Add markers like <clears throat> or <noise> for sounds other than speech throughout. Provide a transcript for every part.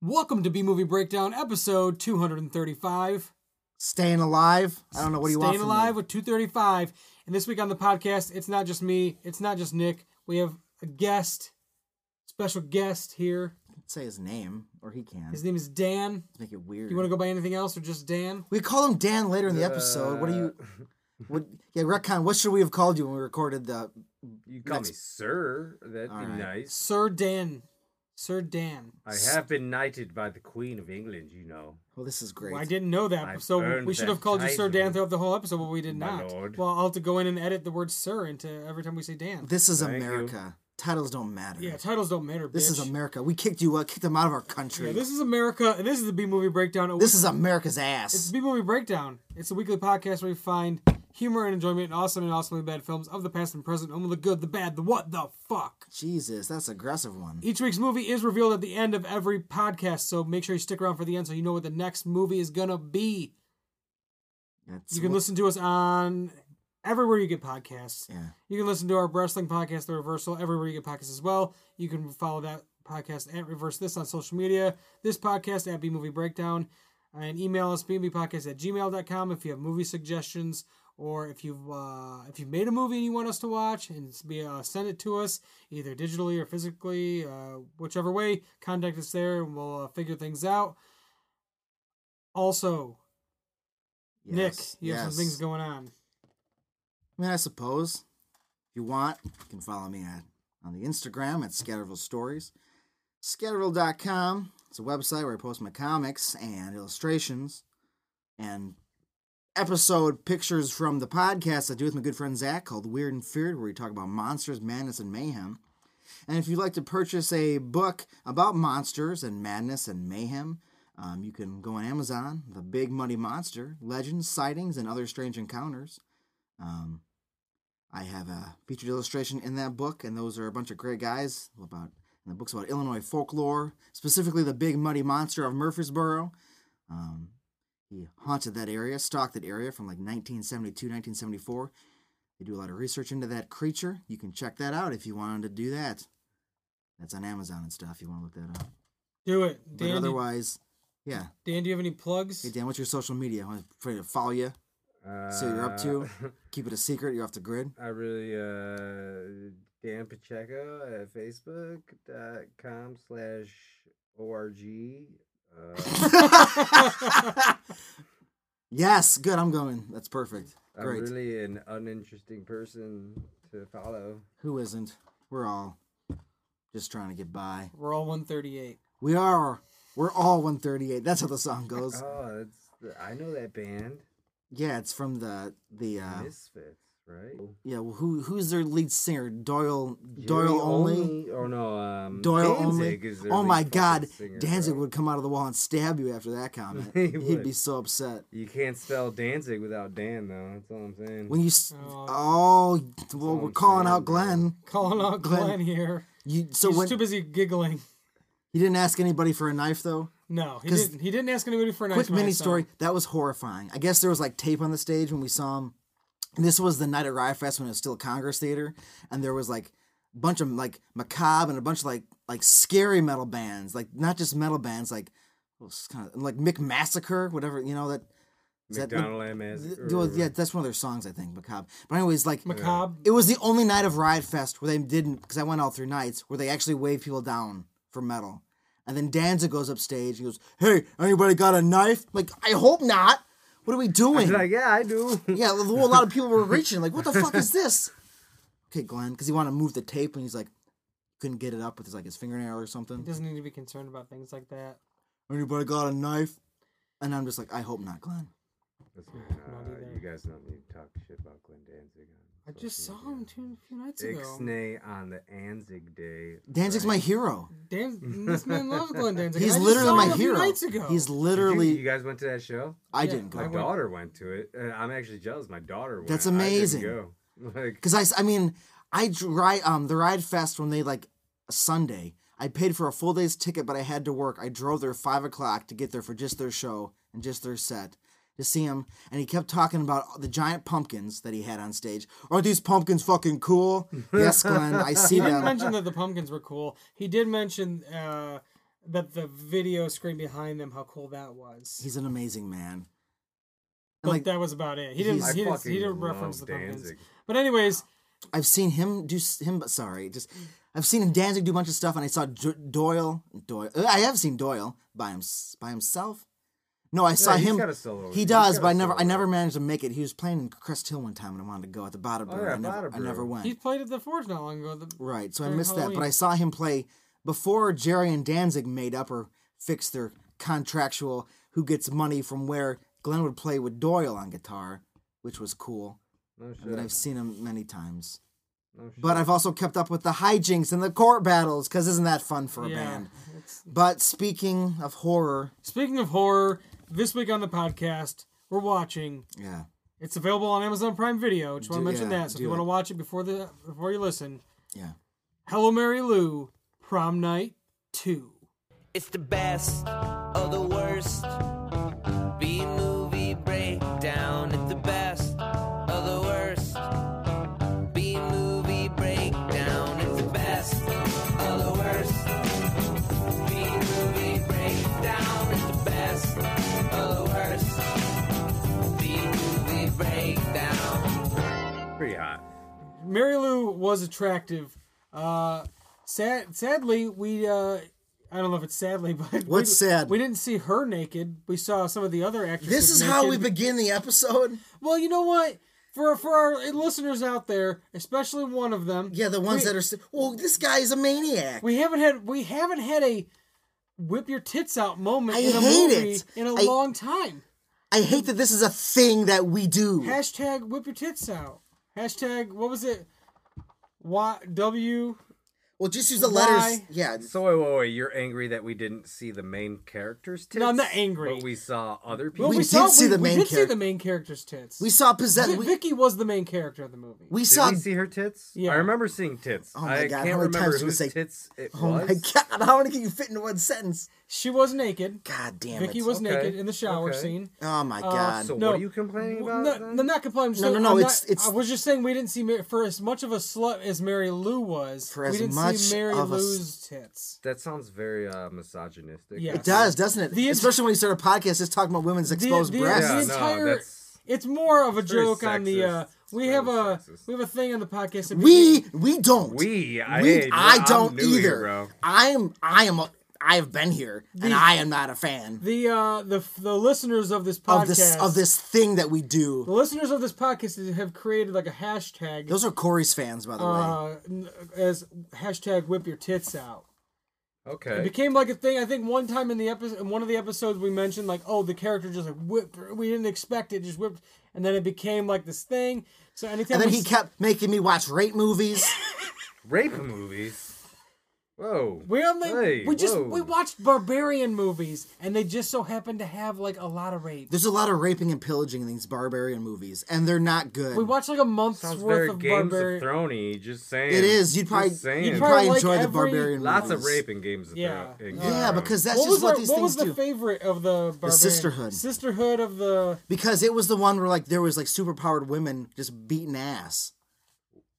Welcome to B Movie Breakdown, episode 235. Staying alive. I don't know what do you want. Staying from alive me? with 235. And this week on the podcast, it's not just me, it's not just Nick. We have a guest, special guest here. Don't Say his name, or he can. His name is Dan. Let's make it weird. You want to go by anything else or just Dan? we call him Dan later in the episode. What do you? Uh, What? Yeah, retcon. What should we have called you when we recorded the? You call me Next- sir. That'd be Alright. nice. Sir Dan. Sir Dan. I have been knighted by the Queen of England, you know. Well, this is great. Well, I didn't know that, I've so earned we should that have called you Sir title, Dan throughout the whole episode, but we did my not. lord. Well, I'll have to go in and edit the word "sir" into every time we say Dan. This is Thank you. America. Titles don't matter. Yeah, titles don't matter. this is bitch. America. We kicked you out, kicked them out of our country. Yeah, this, this is America, and this is the B Movie Breakdown. A is America's It's ass. the B Movie Breakdown. It's a weekly podcast where we find humor and enjoyment in awesome and awesomely bad films of the past and present, home of the good, the bad, the what the fuck. Jesus, that's an aggressive one. Each week's movie is revealed at the end of every podcast, so make sure you stick around for the end so you know what the next movie is gonna be. That's You can what- listen to us on everywhere you get podcasts. Yeah. You can listen to our wrestling podcast, The Reversal, everywhere you get podcasts as well. You can follow that podcast at Reverse This on social media, this podcast at B Movie Breakdown, and email us bmbpodcast at gmail.com if you have movie suggestions or if you've uh, if you've made a movie and you want us to watch and s- be uh, send it to us either digitally or physically, uh, whichever way. Contact us there and we'll uh, figure things out. Also, Yes, Nick, you have yes. some things going on. I mean, I suppose if you want, you can follow me at, on the Instagram at Scatterville Stories. Scatterville.com. It's a website where I post my comics and illustrations and episode pictures from the podcast I do with my good friend Zach called Weird and Feared, where we talk about monsters, madness, and mayhem. And if you'd like to purchase a book about monsters and madness and mayhem, um, you can go on Amazon, The Big Muddy Monster, Legends, Sightings, and Other Strange Encounters. Um, I have a featured illustration in that book, and those are a bunch of great guys about and the book's about Illinois folklore, specifically the big muddy monster of Murfreesboro. Um, he haunted that area, stalked that area from like 1972, 1974. They do a lot of research into that creature. You can check that out if you wanted to do that. That's on Amazon and stuff. You want to look that up. Do it. But Dan, do- otherwise, yeah. Dan, do you have any plugs? Hey Dan, what's your social media? I'm afraid to follow you. Uh, <laughs> See what you're up to. Keep it a secret. You're off the grid. I really, uh, Dan Pacheco at facebook.com slash org. Uh, yes, good. I'm going. That's perfect. I'm Great. really an uninteresting person to follow. Who isn't? We're all just trying to get by. <laughs> We're all 138. We are. We're all 138. That's how the song goes. <laughs> Oh, that's the, I know that band, Yeah, it's from the the. The Uh, Misfits, right? yeah, well, who who's their lead singer? Doyle Doyle Jerry only. Oh no, um, Doyle Danzig only. is their Oh lead my fucking God, singer, Danzig right? would come out of the wall and stab you after that comment. <laughs> He He'd would. be so upset. You can't spell Danzig without Dan, though. That's all I'm saying. When you s- Oh. oh, well, all we're I'm calling saying, out bro. Glenn. Calling out Glenn, Glenn. here. You so He's when too busy giggling. he didn't ask anybody for a knife though. No, he 'Cause- didn't. He didn't ask anybody for a quick nice mini story. That was horrifying. I guess there was like tape on the stage when we saw him. This was the night at Riot Fest when it was still Congress Theater, and there was like a bunch of like macabre and a bunch of like like scary metal bands, like not just metal bands, like kind of like Mick Massacre, whatever you know that. is that- McDonald M.S. Th- or well, yeah, that's one of their songs, I think, macabre. But anyways, like Macabre. it was the only night of Riot Fest where they didn't, because I went all three nights, where they actually waved people down for metal. And then Danza goes upstage and goes, Hey, anybody got a knife? Like, I hope not. What are we doing? whatever. <laughs> Like, yeah, I do. yeah, a whole lot of people were reaching, like, What the fuck is this? Okay, Glenn, because he wanted to move the tape and he's like, couldn't get it up with his like his fingernail or He something. doesn't need to be concerned about things like that. Anybody got a knife? And I'm just like, I hope not, Glenn. Listen, uh, either. you guys don't need to talk shit about Glenn Danzig. I on just social saw him media. two a few nights ago. Ixnay on the Anzig day. Danzig's my right? hero. <laughs> Dan, this man loves Glenn Danzig. He's I just literally saw my him a few hero. Nights ago. He's Did you- literally. You, guys went to that show? I Yeah, didn't I My go went. daughter went to it. and I'm actually jealous. My daughter went. That's I didn't amazing. go. <laughs> Like, because I, s- I mean I ride um the ride fest when they like Sunday. I paid for a full day's ticket, but I had to work. I drove there five o'clock to get there for just their show and just their set to see him. And he kept talking about the giant pumpkins that he had on stage. Aren't these pumpkins fucking cool? yes, Glenn, I see He didn't them. mention that the pumpkins were cool. He did mention uh, But the video screen behind them, how cool that was. He's an amazing man. but And like that was about it. He didn't. he's- He didn't, fucking he didn't reference the love pumpkins. Danzig. But anyways, I've seen him do s- him. Sorry, just Mm. I've seen him Danzig do a bunch of stuff, and I saw D- Doyle. Doyle. uh, I have seen Doyle by him by himself. No, I saw he's him. got a solo. He He's does, got but a I never. I solo. never managed to make it. He was playing in Crest Hill one time, and I wanted to go at the Bada Brew. Oh, yeah, I, never, Bada I never Brew. went. he played at the Forge not long ago. The, Right, so I during missed that, but Halloween. I saw him play before Jerry and Danzig made up or fixed their contractual who gets money from where Glenn would play with Doyle on guitar, which was cool. No shit. And I've seen him many times. no shit. But I've also kept up with the hijinks and the court battles, because isn't that fun for a yeah. band? It's- But speaking of horror, Speaking of horror, this week on the podcast, we're watching. yeah, It's available on Amazon Prime Video. Just want to Do- mention yeah, that. So if do you want to it. watch it before the before you listen, yeah. Hello Mary Lou, Prom Night Two. It's the best of the worst. B movie breakdown. It's the best of the worst. B movie breakdown. It's the best of the worst. B movie breakdown. It's the best of the worst. B movie breakdown. pretty hot. Mary Lou was attractive. Uh, sad, sadly, we uh, I don't know if it's sadly, <laughs> but What's we, sad? We didn't see her naked. We saw some of the other actresses. This is how we naked. begin the episode. Well, you know what? For for our listeners out there, especially one of them. Yeah, the ones we, that are. s- Well, this guy is a maniac. We haven't had we haven't had a whip your tits out moment I in a hate movie it. in a I- long time. I hate that this is a thing that we do. Hashtag whip your tits out. Hashtag what was it? Y W Well, just use the letters. Why? Yeah. So wait, wait, wait, you're angry that we didn't see the main characters' tits? No, I'm not angry. But we saw other people. Well, we, did saw, see we, the we main did see charac- the main character's tits. We saw possess. Vi- We, Vicky was the main character of the movie. we Did saw. we see her tits? Yeah. I remember seeing tits. Oh my I God, how can't many remember times did we whose say- tits it oh <laughs> was. my god! How many can you fit into one sentence? she was naked. God damn Vicky it! was Uh, Okay, naked in the shower okay. scene. oh my god! So No. what are you complaining about? No, then? no, not complaining. No, no, no, it's- it's- I was just saying we didn't see Mar- for as much of a slut as Mary Lou was. For we as didn't much see Mary of a s- Lou's tits. That sounds very uh, misogynistic. Yeah. it does, doesn't it? The ins- Especially when you start a podcast just talking about women's exposed the- Yeah, breasts. the no, entire- that's It's more of a very joke on the. uh sexist. It's We very have a sexist. we have a thing on the podcast. that we we don't. we. I, We- hey, I I'm don't new here, either. bro. I'm I am a, I have been here, and I am not a fan the uh the the listeners of this podcast of this of this thing that we do. the listeners of this podcast have created like a hashtag Those are Corey's fans, by the way. uh, n- as hashtag whip your tits out. It Okay. became like a thing. I think one time in the episode, in one of the episodes, we mentioned like, oh, the character just like whipped. We didn't expect it, just whipped, and then it became like this thing. So anytime And then we he s- kept making me watch rape movies. Rape movies. Whoa. we only Hey, we just whoa. we watched barbarian movies, and they just so happened to have like a lot of rape. There's a lot of raping and pillaging in these barbarian movies, and they're not good. We watched like a month's Sounds worth very of Games barbarian. of Throny. Just saying. It is. You'd Just probably saying. you'd You'd probably probably enjoy like the every- barbarian. Lots of movies. rape in Games of Yeah. Thro- in Games of Thrones. Yeah, because that's What was, just what our- these what things was the do. favorite of the barbarian? Sisterhood. Sisterhood of the because it was the one where like there was like superpowered women just beating ass,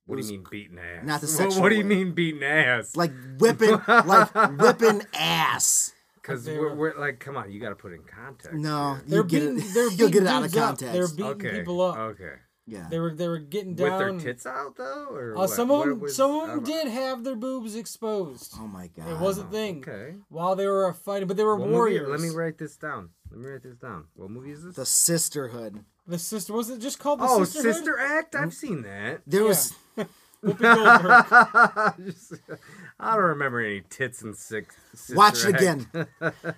What do you mean beating ass? Not the <laughs> What- sexual What do you way. mean beating ass? like whipping, <laughs> like whipping ass. because they we're, were- we're like, come on, you got to put it in context. No, you here. they're get beating <laughs> it. they're You'll beating get it out of dudes up. context. They're beating Okay. people up. Okay. yeah, They were they were getting With down. their tits out though, or Uh, what? some of What them, was- uh, some of I 'em don't know. Ah, did have their boobs exposed. oh my god, it was a thing. Okay. While they were fighting, but they were What movie- warriors. Let me write this down. Let me write this down. What movie is this? the sisterhood. the sister was it just called the oh, sisterhood? Sister Act. I've seen that. There was Whoopi <laughs> Goldberg. Just- <laughs> I don't remember any tits and six. Sister watch it Act. again.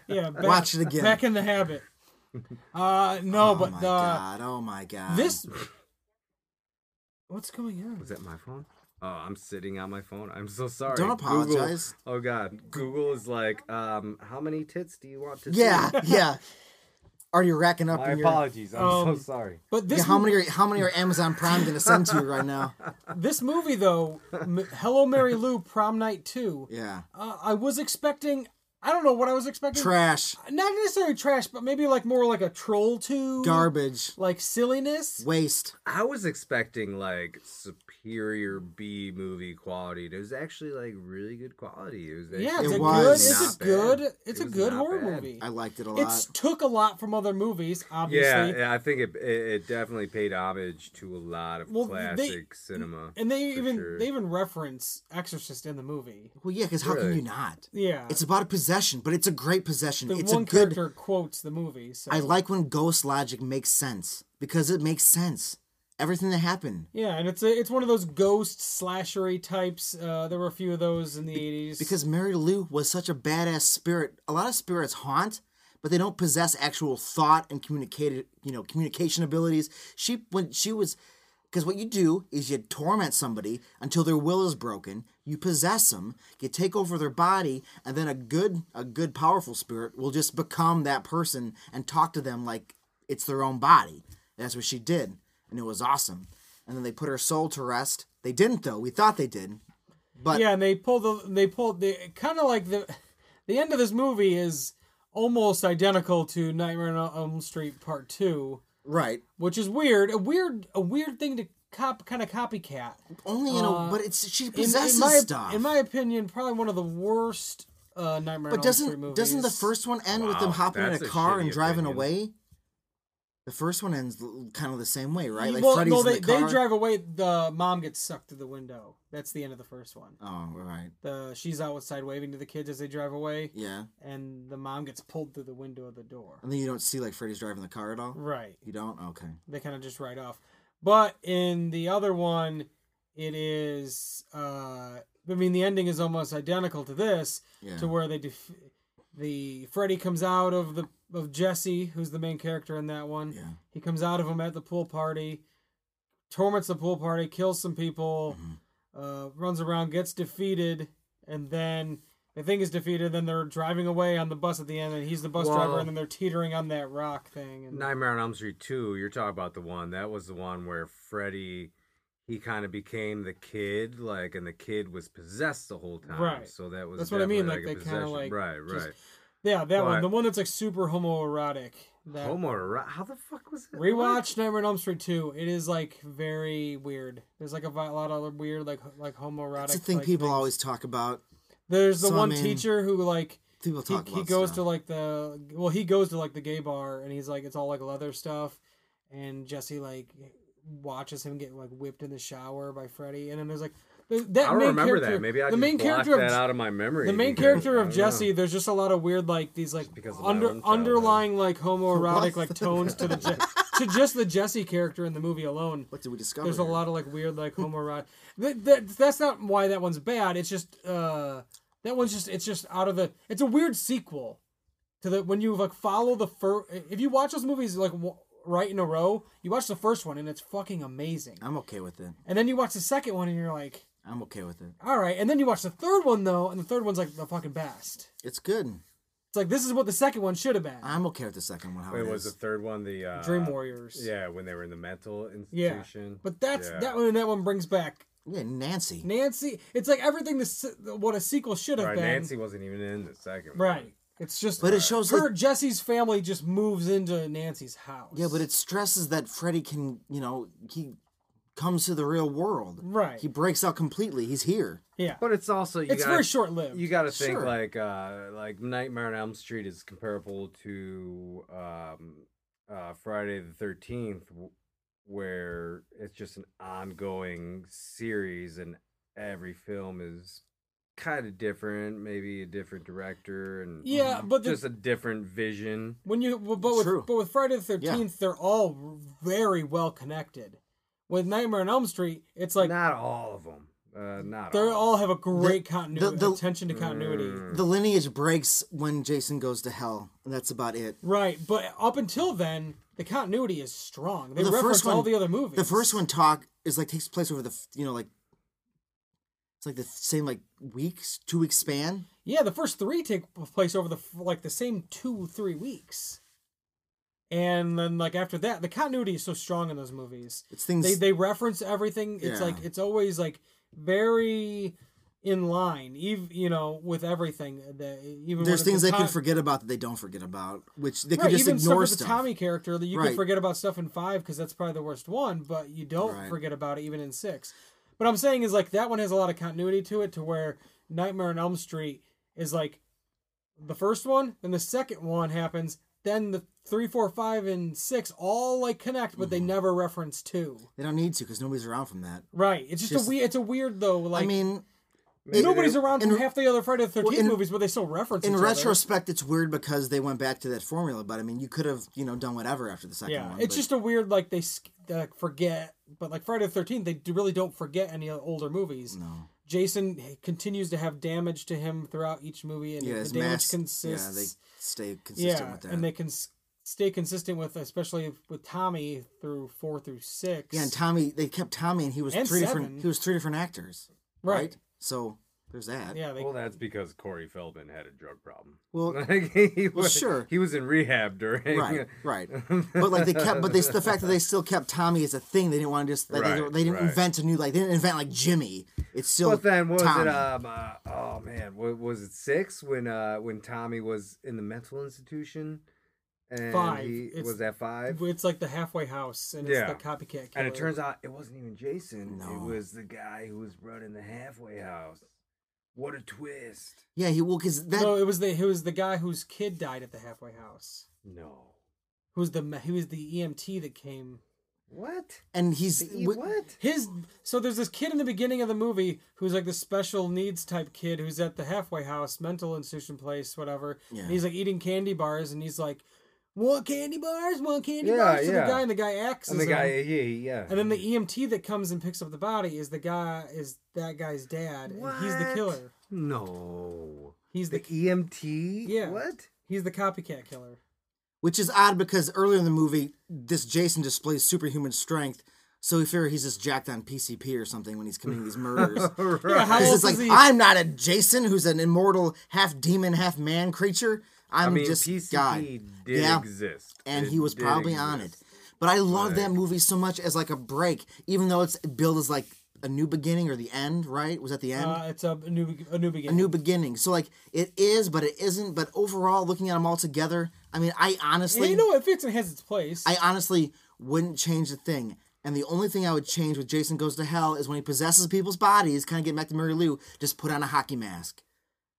yeah, back, Watch it again. Back in the habit. Uh, no, Oh but my the god, oh my god. this. What's going on? <laughs> Was that my phone? Oh, I'm sitting on my phone. I'm so sorry. Don't Google- apologize. Oh God, Google is like, um, how many tits do you want to? <laughs> see? yeah, yeah. Already racking up. My in your, apologies. I'm Um, so sorry. But yeah, this how many? Are, how many are Amazon Prime going to send to you <laughs> right now? this movie though, M- Hello Mary Lou Prom Night Two. Yeah, Uh, I was expecting. I don't know what I was expecting. trash, Not necessarily trash, but maybe like more like a troll two garbage, like silliness. waste. I was expecting like superior superior B movie quality. It was actually like really good quality. It was Yeah, actually it's It a was good. It's not a bad. good. It's a It was good not horror bad. movie. I liked it a lot. It's took a lot from other movies, Yeah, obviously. yeah, I think it, it it definitely paid homage to a lot of Well, they- classic cinema. And they For even sure. they even reference Exorcist in the movie. well, yeah, because how can Really? you not? Yeah, It's about a possession, but it's a great possession. the it's one a good. character quotes the movie. So I like when ghost logic makes sense because it makes sense. Everything that happened Yeah, and it's a, it's one of those ghost slashery types. Uh, there were a few of those in the eighties. because Mary Lou was such a badass spirit. A lot of spirits haunt, but they don't possess actual thought and communicated, you know, communication abilities. She when she was because what you do is you torment somebody until their will is broken. You possess them, you take over their body, and then a good, a good, powerful spirit will just become that person and talk to them like it's their own body. That's what she did, and it was awesome. And then they put her soul to rest. They didn't though. We thought they did. But yeah, and they pull the they pull the kind of like the the end of this movie is almost identical to Nightmare on Elm Street Part Two, right. which is weird. A weird a weird thing to cop kind of copycat. Only in a but it's she Uh, In, in possesses my stuff. in my opinion, probably one of the worst uh, Nightmare but on Elm Street doesn't movies. doesn't the first one end with them Wow, hopping in a that's a car and shitty driving opinion. away? The first one ends l- kind of the same way, right? Like well, Freddy's no, in they, the car. they drive away. The mom gets sucked through the window. That's the end of the first one. oh, right. The she's outside waving to the kids as they drive away, Yeah, and the mom gets pulled through the window of the door. and then you don't see like Freddy's driving the car at all. Right. You don't. Okay. They kind of just ride off. But in the other one, it is. Uh, I mean, the ending is almost identical to this, Yeah. to where they def- the Freddy comes out of the of Jesse, who's the main character in that one. Yeah. He comes out of him at the pool party, torments the pool party, kills some people, Mm-hmm. uh, runs around, gets defeated, and then the thing is defeated. Then they're driving away on the bus at the end, and he's the bus driver, Well- and then they're teetering on that rock thing. And Nightmare on Elm Street 2, you're talking about the one that was the one where Freddy he kind of became the kid, like, and the kid was possessed the whole time. Right. So that was That's what I mean, definitely like, a they kinda, possession. like, right, just- right. yeah, that one, But- the one that's like super homoerotic. That Homo, erotic- how the fuck was it? uh rewatch Nightmare on Elm Street two. It is like very weird. There's like a vi- lot of other weird like like homoerotic. That's the thing like, people things. always talk about. There's the So, I one mean, teacher who like People he, talk he about. goes to stuff. like the well he goes to like the gay bar and he's like it's all like leather stuff and jesse like watches him get like whipped in the shower by freddy and then there's like the, that I don't main remember character, that. Maybe I the just main blocked character of that out of my memory. the main because character I of don't know. jesse there's just a lot of weird like these like because of my under own childhood. underlying <laughs> like homoerotic like tones to the Je- to just the jesse character in the movie alone What did we discover? there's a lot of like weird <laughs> like homoerotic. that, that, that's not why that one's bad. It's just uh that one's just it's just out of the. It's a weird sequel to the when you like follow the first. If you watch those movies like w- right in a row, you watch the first one and it's fucking amazing, I'm okay with it. and then you watch the second one and you're like, I'm okay with it. all right, and then you watch the third one though, and the third one's like the fucking best. It's good. It's like this is what the second one should have been. I'm okay with the second one. How Wait, it was the is. third one the. Uh, Dream Warriors. Yeah, when they were in the mental Yeah, institution. but that's Yeah. that one. That one brings back yeah, Nancy. Nancy. It's like everything the se- what a sequel should have Right, been. Nancy wasn't even in the second one. Right. It's just But it shows her Jesse's family just moves into Nancy's house. Yeah, but it stresses that Freddy can, you know, he comes to the real world. Right. He breaks out completely. He's here. yeah. But it's also. You it's gotta very short lived. You got to think Sure. like uh, like Nightmare on Elm Street is comparable to um, uh, Friday the Thirteenth, where it's just an ongoing series, and every film is kind of different, maybe a different director, and yeah, but the, um, just a different vision. when you well, but with True. but with Friday the Thirteenth, they're all very well connected. With Nightmare on Elm Street, it's like not all of them. Uh, not they all have a great The- continuity, the- the- attention to continuity. Mm. The lineage breaks when Jason goes to hell, and that's about it. Right, but up until then, the continuity is strong. They Well, the reference first all one- the other movies. The first one talk is like takes place over the f- you know like it's like the same like weeks, two weeks span. Yeah, the first three take place over the f- like the same two three weeks, and then like after that, the continuity is so strong in those movies. It's things. They they reference everything. It's Yeah. like it's always like very in line, even you know with everything. The, even when there's it's things a they can co- forget about that they don't forget about, which they Right, can just even ignore stuff with stuff. the Tommy character that you Right. can forget about stuff in five because that's probably the worst one, but you don't Right. forget about it even in six. But I'm saying is like that one has a lot of continuity to it, to where Nightmare on Elm Street is like the first one, then the second one happens, then the three, four, five, and six all like connect, but they Mm-hmm. never reference two. They don't need to because nobody's around from that. Right. It's just, Just- a weird. It's a weird though. Like I mean, Maybe nobody's they- around in- from half the other Friday the Thirteenth in- movies, but they still reference. in each other. retrospect, it's weird because they went back to that formula. But I mean, you could have you know done whatever after the second yeah, one. it's but- just a weird like they sk- uh, forget, but like Friday the Thirteenth, they do, really don't forget any of the older movies. no. Jason h- continues to have damage to him throughout each movie, and Yeah, the his damage mask. Yeah, they consists. stay Yeah, consistent with that. and they can s- stay consistent with, especially with Tommy through four through six. yeah, and Tommy, they kept Tommy, and he was And three seven. different. He was three different actors, right. So there's that. Yeah, they, Well, that's because Corey Feldman had a drug problem. <laughs> Well, Like, he well, was, sure. He was in rehab during. <laughs> right, right. But like they kept, but they the fact that they still kept Tommy as a thing, they didn't want to just like they, Right, they didn't right. invent a new like they didn't invent like Jimmy. It's still But then was Tommy. it um uh, oh man what was it six when uh when Tommy was in the mental institution and Five. he It's- was at five it's like the halfway house, and Yeah. it's the copycat. Killer. and it turns out it wasn't even Jason it No. was the guy who was running the halfway house what a twist yeah, he well because that no, it was the it was the guy whose kid died at the halfway house. no Who's the ma- he was the EMT that came what and he's The E- wi- what His so there's this kid in the beginning of the movie who's like the special needs type kid who's at the halfway house, mental institution place, whatever. Yeah. And he's like eating candy bars, and he's like, "Want candy bars? Want candy Yeah, bars?" To yeah. the guy, and the guy axes and the guy him. yeah yeah And then the EMT that comes and picks up the body is the guy is that guy's dad, and he's the What? killer. no He's the the EMT Yeah. <laughs> what he's the copycat killer. which is odd because earlier in the movie, this Jason displays superhuman strength, so we figure he's just jacked on PCP or something when he's committing these <laughs> murders. Yeah, how Because else it's like is he? I'm not a Jason who's an immortal half demon, half man creature. I I'm mean just PCP God. did Yeah. exist and It he was did probably on it. exist. But I love Right. that movie so much as like a break, even though it's billed as like a new beginning or the end, right? Was that the end? Uh, it's a new a new a beginning. new beginning. So like it is, but it isn't. But overall, looking at them all together, I mean, I and honestly, you know it fits and has its place. I honestly wouldn't change a thing. And the only thing I would change with Jason Goes to Hell is when he possesses people's bodies, kind of getting back to Mary Lou, just put on a hockey mask.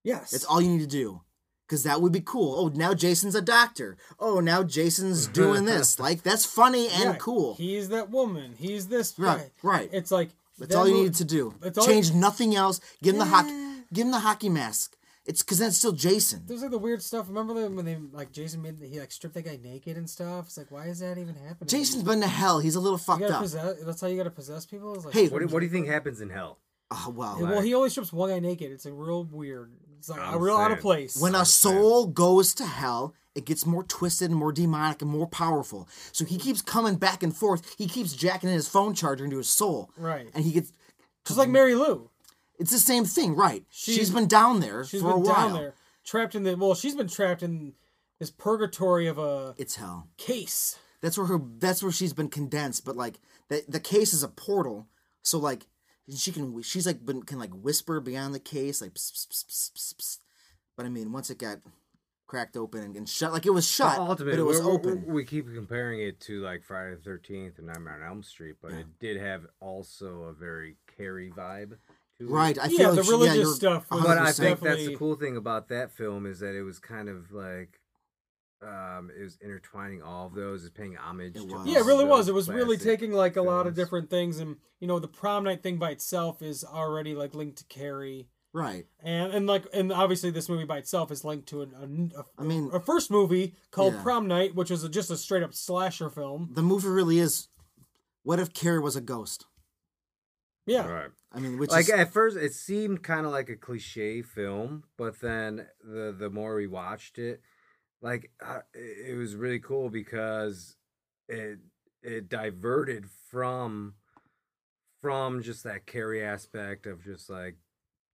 yes, That's all you need to do. Because that would be cool. Oh, now Jason's a doctor. Oh, <laughs> now Jason's doing this. Like, that's funny and Yeah, cool. He's that woman. He's this Right, guy. right. It's like That's that all you mo- needed to do. That's all- Change nothing else. Give him the hockey. Give him the hockey mask. It's because that's still Jason. There's like the weird stuff. Remember the- when they like Jason made he like stripped that guy naked and stuff. It's like why is that even happening? Jason's been to hell. He's a little you fucked gotta up. possess. That's how you gotta possess people. It's like, Hey, What do, what do you think happens in hell? Oh, well. well, he only strips one guy naked. It's like real weird. It's like I'm real out of saying. place. When a soul goes to hell, it gets more twisted and more demonic and more powerful. So he keeps coming back and forth. He keeps jacking in his phone charger into his soul. Right. And he gets. Just like Mary Lou. It's the same thing, right? She's- she's been down there She's for a been while. down there, trapped in the well. She's been trapped in this purgatory of a It's hell. case. That's where her. That's where she's been condensed. But like the the case is a portal. So like she can. She's like been can like whisper beyond the case like. Pss, pss, pss, pss, pss, pss. But I mean, once it got cracked open and, and shut, like it was shut, Ultimately, but it was we're- we're- open. We keep comparing it to like Friday the Thirteenth and Nightmare on Elm Street, but it did have also a very Carrie vibe. To Right. It. I Yeah, feel the like she- religious yeah, you're stuff was- But I 100%. think that's the Definitely- cool thing about that film is that it was kind of like. Um, it was intertwining all of those, is paying homage. It to was. all Yeah, it really of was. those It was really classic taking like a lot of films. different things, and you know, the prom night thing by itself is already like linked to Carrie, right. and and like and obviously this movie by itself is linked to an, a, I mean, a first movie called Yeah. Prom Night, which was a, just a straight up slasher film. the movie really is. What if Carrie was a ghost? Yeah, Right. I mean, which like uh, is, at first it seemed kind of like a cliche film but then the the more we watched it like uh, it it was really cool because it it diverted from from just that carry aspect of just like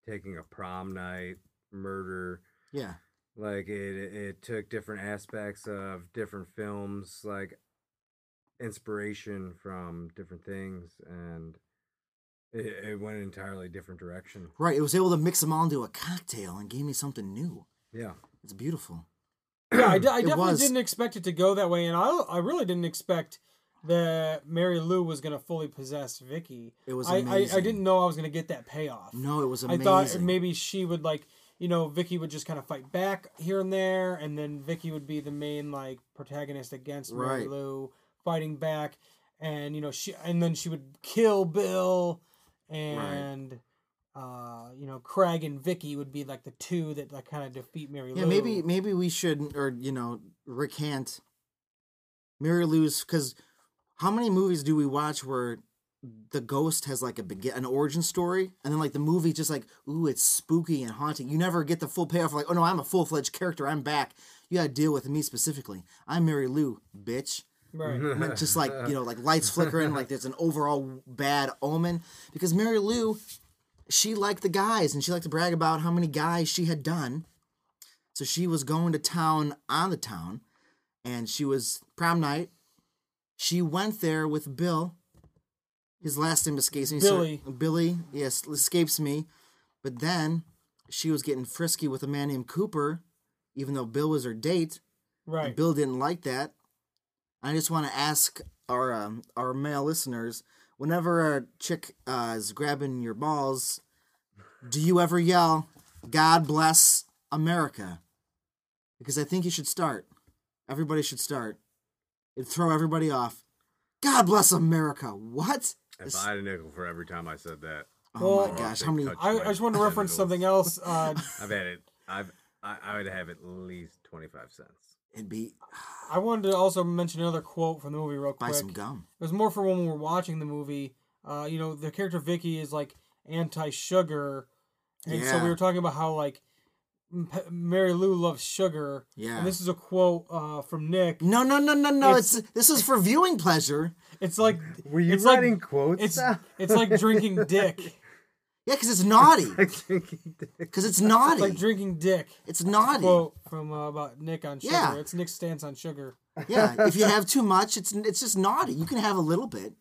taking a prom night murder yeah, like it it- it took different aspects of different films like inspiration from different things and it, it went an entirely different direction right. It was able to mix them all into a cocktail and gave me something new. yeah It's beautiful. <clears throat> yeah I, de- I It definitely was. didn't expect it to go that way, and I I really didn't expect that Mary Lou was gonna fully possess Vicky. It was I, I, I amazing. didn't know I was gonna get that payoff. No, it was I amazing. thought maybe she would like you know Vicky would just kind of fight back here and there, and then Vicky would be the main like protagonist against Mary Right. Lou fighting back, and you know she and then she would kill Bill, and uh you know Craig and Vicky would be like the two that like kind of defeat Mary Yeah, Lou. maybe maybe we should or you know recant Mary Lou's because how many movies do we watch where the ghost has like a begin an origin story and then like the movie just like ooh it's spooky and haunting you never get the full payoff like oh no I'm a full fledged character I'm back you gotta deal with me specifically I'm Mary Lou bitch right. And then just like you know like lights flickering like there's an overall bad omen because Mary Lou she liked the guys and she liked to brag about how many guys she had done so she was going to town on the town and she was prom night she went there with Bill his last name escapes me so- Billy. Billy yes escapes me but then she was getting frisky with a man named Cooper even though Bill was her date Right. Bill didn't like that. I just want to ask our um, our male listeners: whenever a chick uh, is grabbing your balls, do you ever yell "God bless America"? Because I think you should start. Everybody should start. It'd throw everybody off. God bless America. What? If This- I had a nickel for every time I said that, oh Well- my gosh! How many? I, I just wanted to reference something else. <laughs> Uh, I've had it. I've I, I would have at least twenty five cents. It'd be I wanted to also mention another quote from the movie real <sighs> buy quick. some gum. It was more for when we were watching the movie. Uh, you know, the character Vicky is like anti-sugar, and so Yeah. we were talking about how like M- P- Mary Lou loves sugar. Yeah. And this is a quote uh, from Nick. No, no, no, no, no! It's- It's, this is for viewing pleasure. It's like Were you it's writing like, quotes? <laughs> It's down? it's like drinking dick. Yeah, because <laughs> it's naughty. Drinking dick. Because it's It's like naughty. drinking dick. It's naughty. Quote from uh, about Nick on sugar. Yeah. It's Nick's stance on sugar. Yeah, if <laughs> you have too much, it's it's just naughty. You can have a little bit.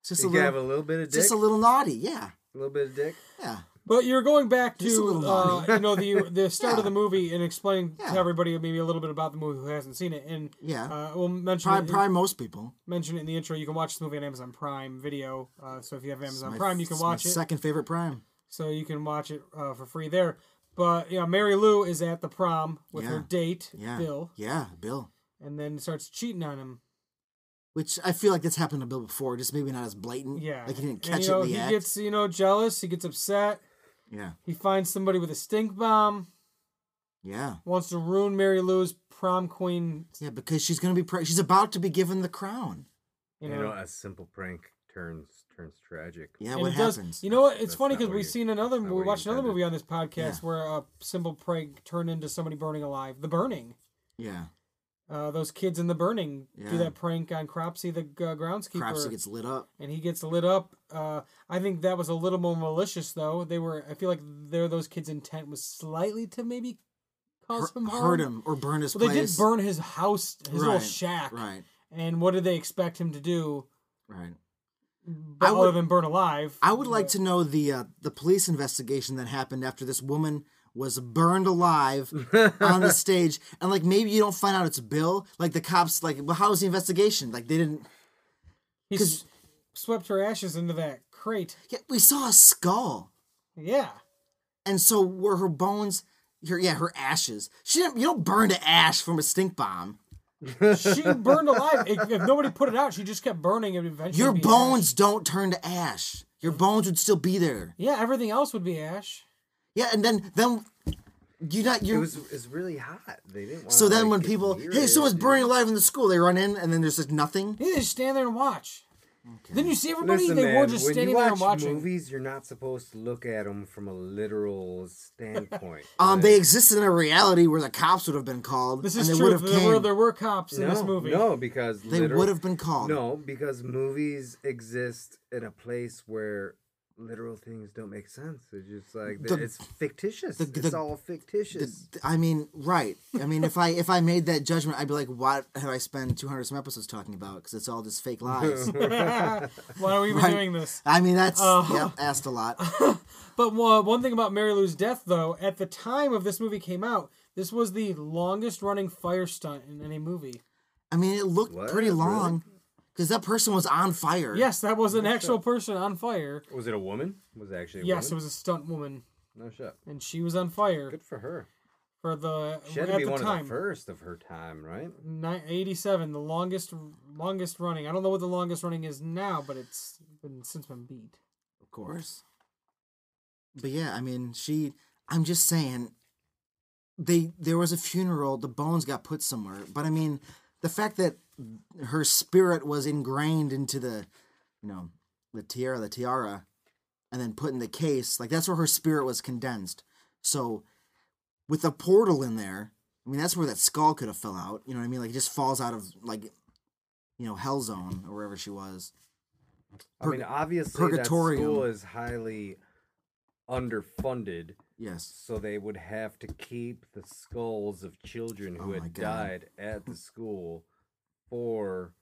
It's just You a can little, have a little bit of it's dick. just a little naughty. Yeah, A little bit of dick. yeah. But you're going back Just a to little uh, naughty. you know <laughs> the the start of Yeah. the movie and explain to Yeah. everybody maybe a little bit about the movie who hasn't seen it. And Yeah. uh, we'll mention Probably, it, probably most people. mention it in the intro. You can watch this movie on Amazon Prime Video. Uh, so if you have Amazon My- Prime, you can it's my watch it. Second favorite Prime. so you can watch it uh, for free there. But yeah, Mary Lou is at the prom with her Yeah. date Yeah, Bill, Yeah, Bill. and then starts cheating on him. Which I feel like that's happened to Bill before, just maybe not as blatant. Yeah, like he didn't and, catch you know, it in the He act. gets you know jealous. He gets upset. yeah, He finds somebody with a stink bomb. yeah, Wants to ruin Mary Lou's prom queen. yeah. Because she's gonna be pre- she's about to be given the crown. You You know, know, a simple prank turns turns tragic. Yeah, And what it does- happens? You know what? It's That's funny not because what we've you- seen another. that's not We what you watched another intended. movie on this podcast Yeah. where a simple prank turned into somebody burning alive. The Burning. yeah, Uh, those kids in The Burning do Yeah. that prank on Cropsy, the uh, groundskeeper, Cropsy gets lit up. and he gets lit up. Uh, I think that was a little more malicious, though. They were. I feel like there those kids' intent was slightly to maybe cause Hur- him harm. hurt him or burn his Well, they place. did burn his house, his little Right, shack. Right, And what did they expect him to do? right. But I other would- than burn alive. I would like to know the uh, the police investigation that happened after this woman was burned alive on <laughs> the stage, and like maybe you don't find out it's Bill. Like the cops, like, well, how was the investigation? Like they didn't. He s- swept her ashes into that crate. Yeah, we saw a skull, Yeah. and so were her bones. Her yeah, her ashes. She didn't. You don't burn to ash from a stink bomb. She burned alive. If, if nobody put it out, she just kept burning and eventually. Your it'd be bones ash. don't turn to ash. Your bones would still be there. Yeah, everything else would be ash. Yeah, and then then you not It you. was it's really hot. They didn't. Wanna, so then like, when get people, near hey, it, someone's dude. burning alive in the school, they run in, and then there's just nothing. You just stand there and watch. Didn't you see everybody? Listen, they were man, just when standing you there and watch watching. movies, you're not supposed to look at them from a literal standpoint. <laughs> Um, they existed in a reality where the cops would have been called, This is and they true. would have There were, came. there were cops no, in this movie. no, because They literal- would have been called. No, because movies exist in a place where literal things don't make sense. It's just like The- it's fictitious. the- it's the- all Th- fictitious. th- I mean, right? I mean, if I if I made that judgment, I'd be like, "What have I spent two hundred some episodes talking about? Because it's all just <laughs> fake lies." Why are we even Right. doing this? I mean, that's Oh. yep, asked a lot. But uh, one thing about Mary Lou's death, though, at the time of this movie came out, this was the longest running fire stunt in any movie. I mean, it looked What? pretty Really? long. because that person was on fire. Yes, that was an actual person on fire. Was it a woman? Was it actually a Yes, it woman? was a stunt woman, No shit. and she was on fire Good for her. for the She had at to be the one time. of the first of her time, right? Ni- 87 the longest longest running i don't know what the longest running is now but it's been since been beat of course. But yeah, I mean, she. I'm just saying, they there was a funeral. The bones got put somewhere. But I mean, the fact that her spirit was ingrained into the, you know, the tiara, the tiara, and then put in the case. Like that's where her spirit was condensed. So, with a portal in there, I mean, that's where that skull could have fell out. You know what I mean? Like it just falls out of like, you know, hell zone or wherever she was. I mean, obviously, purgatorium. that school is highly underfunded, Yes. so they would have to keep the skulls of children who Oh my had God. died at the school for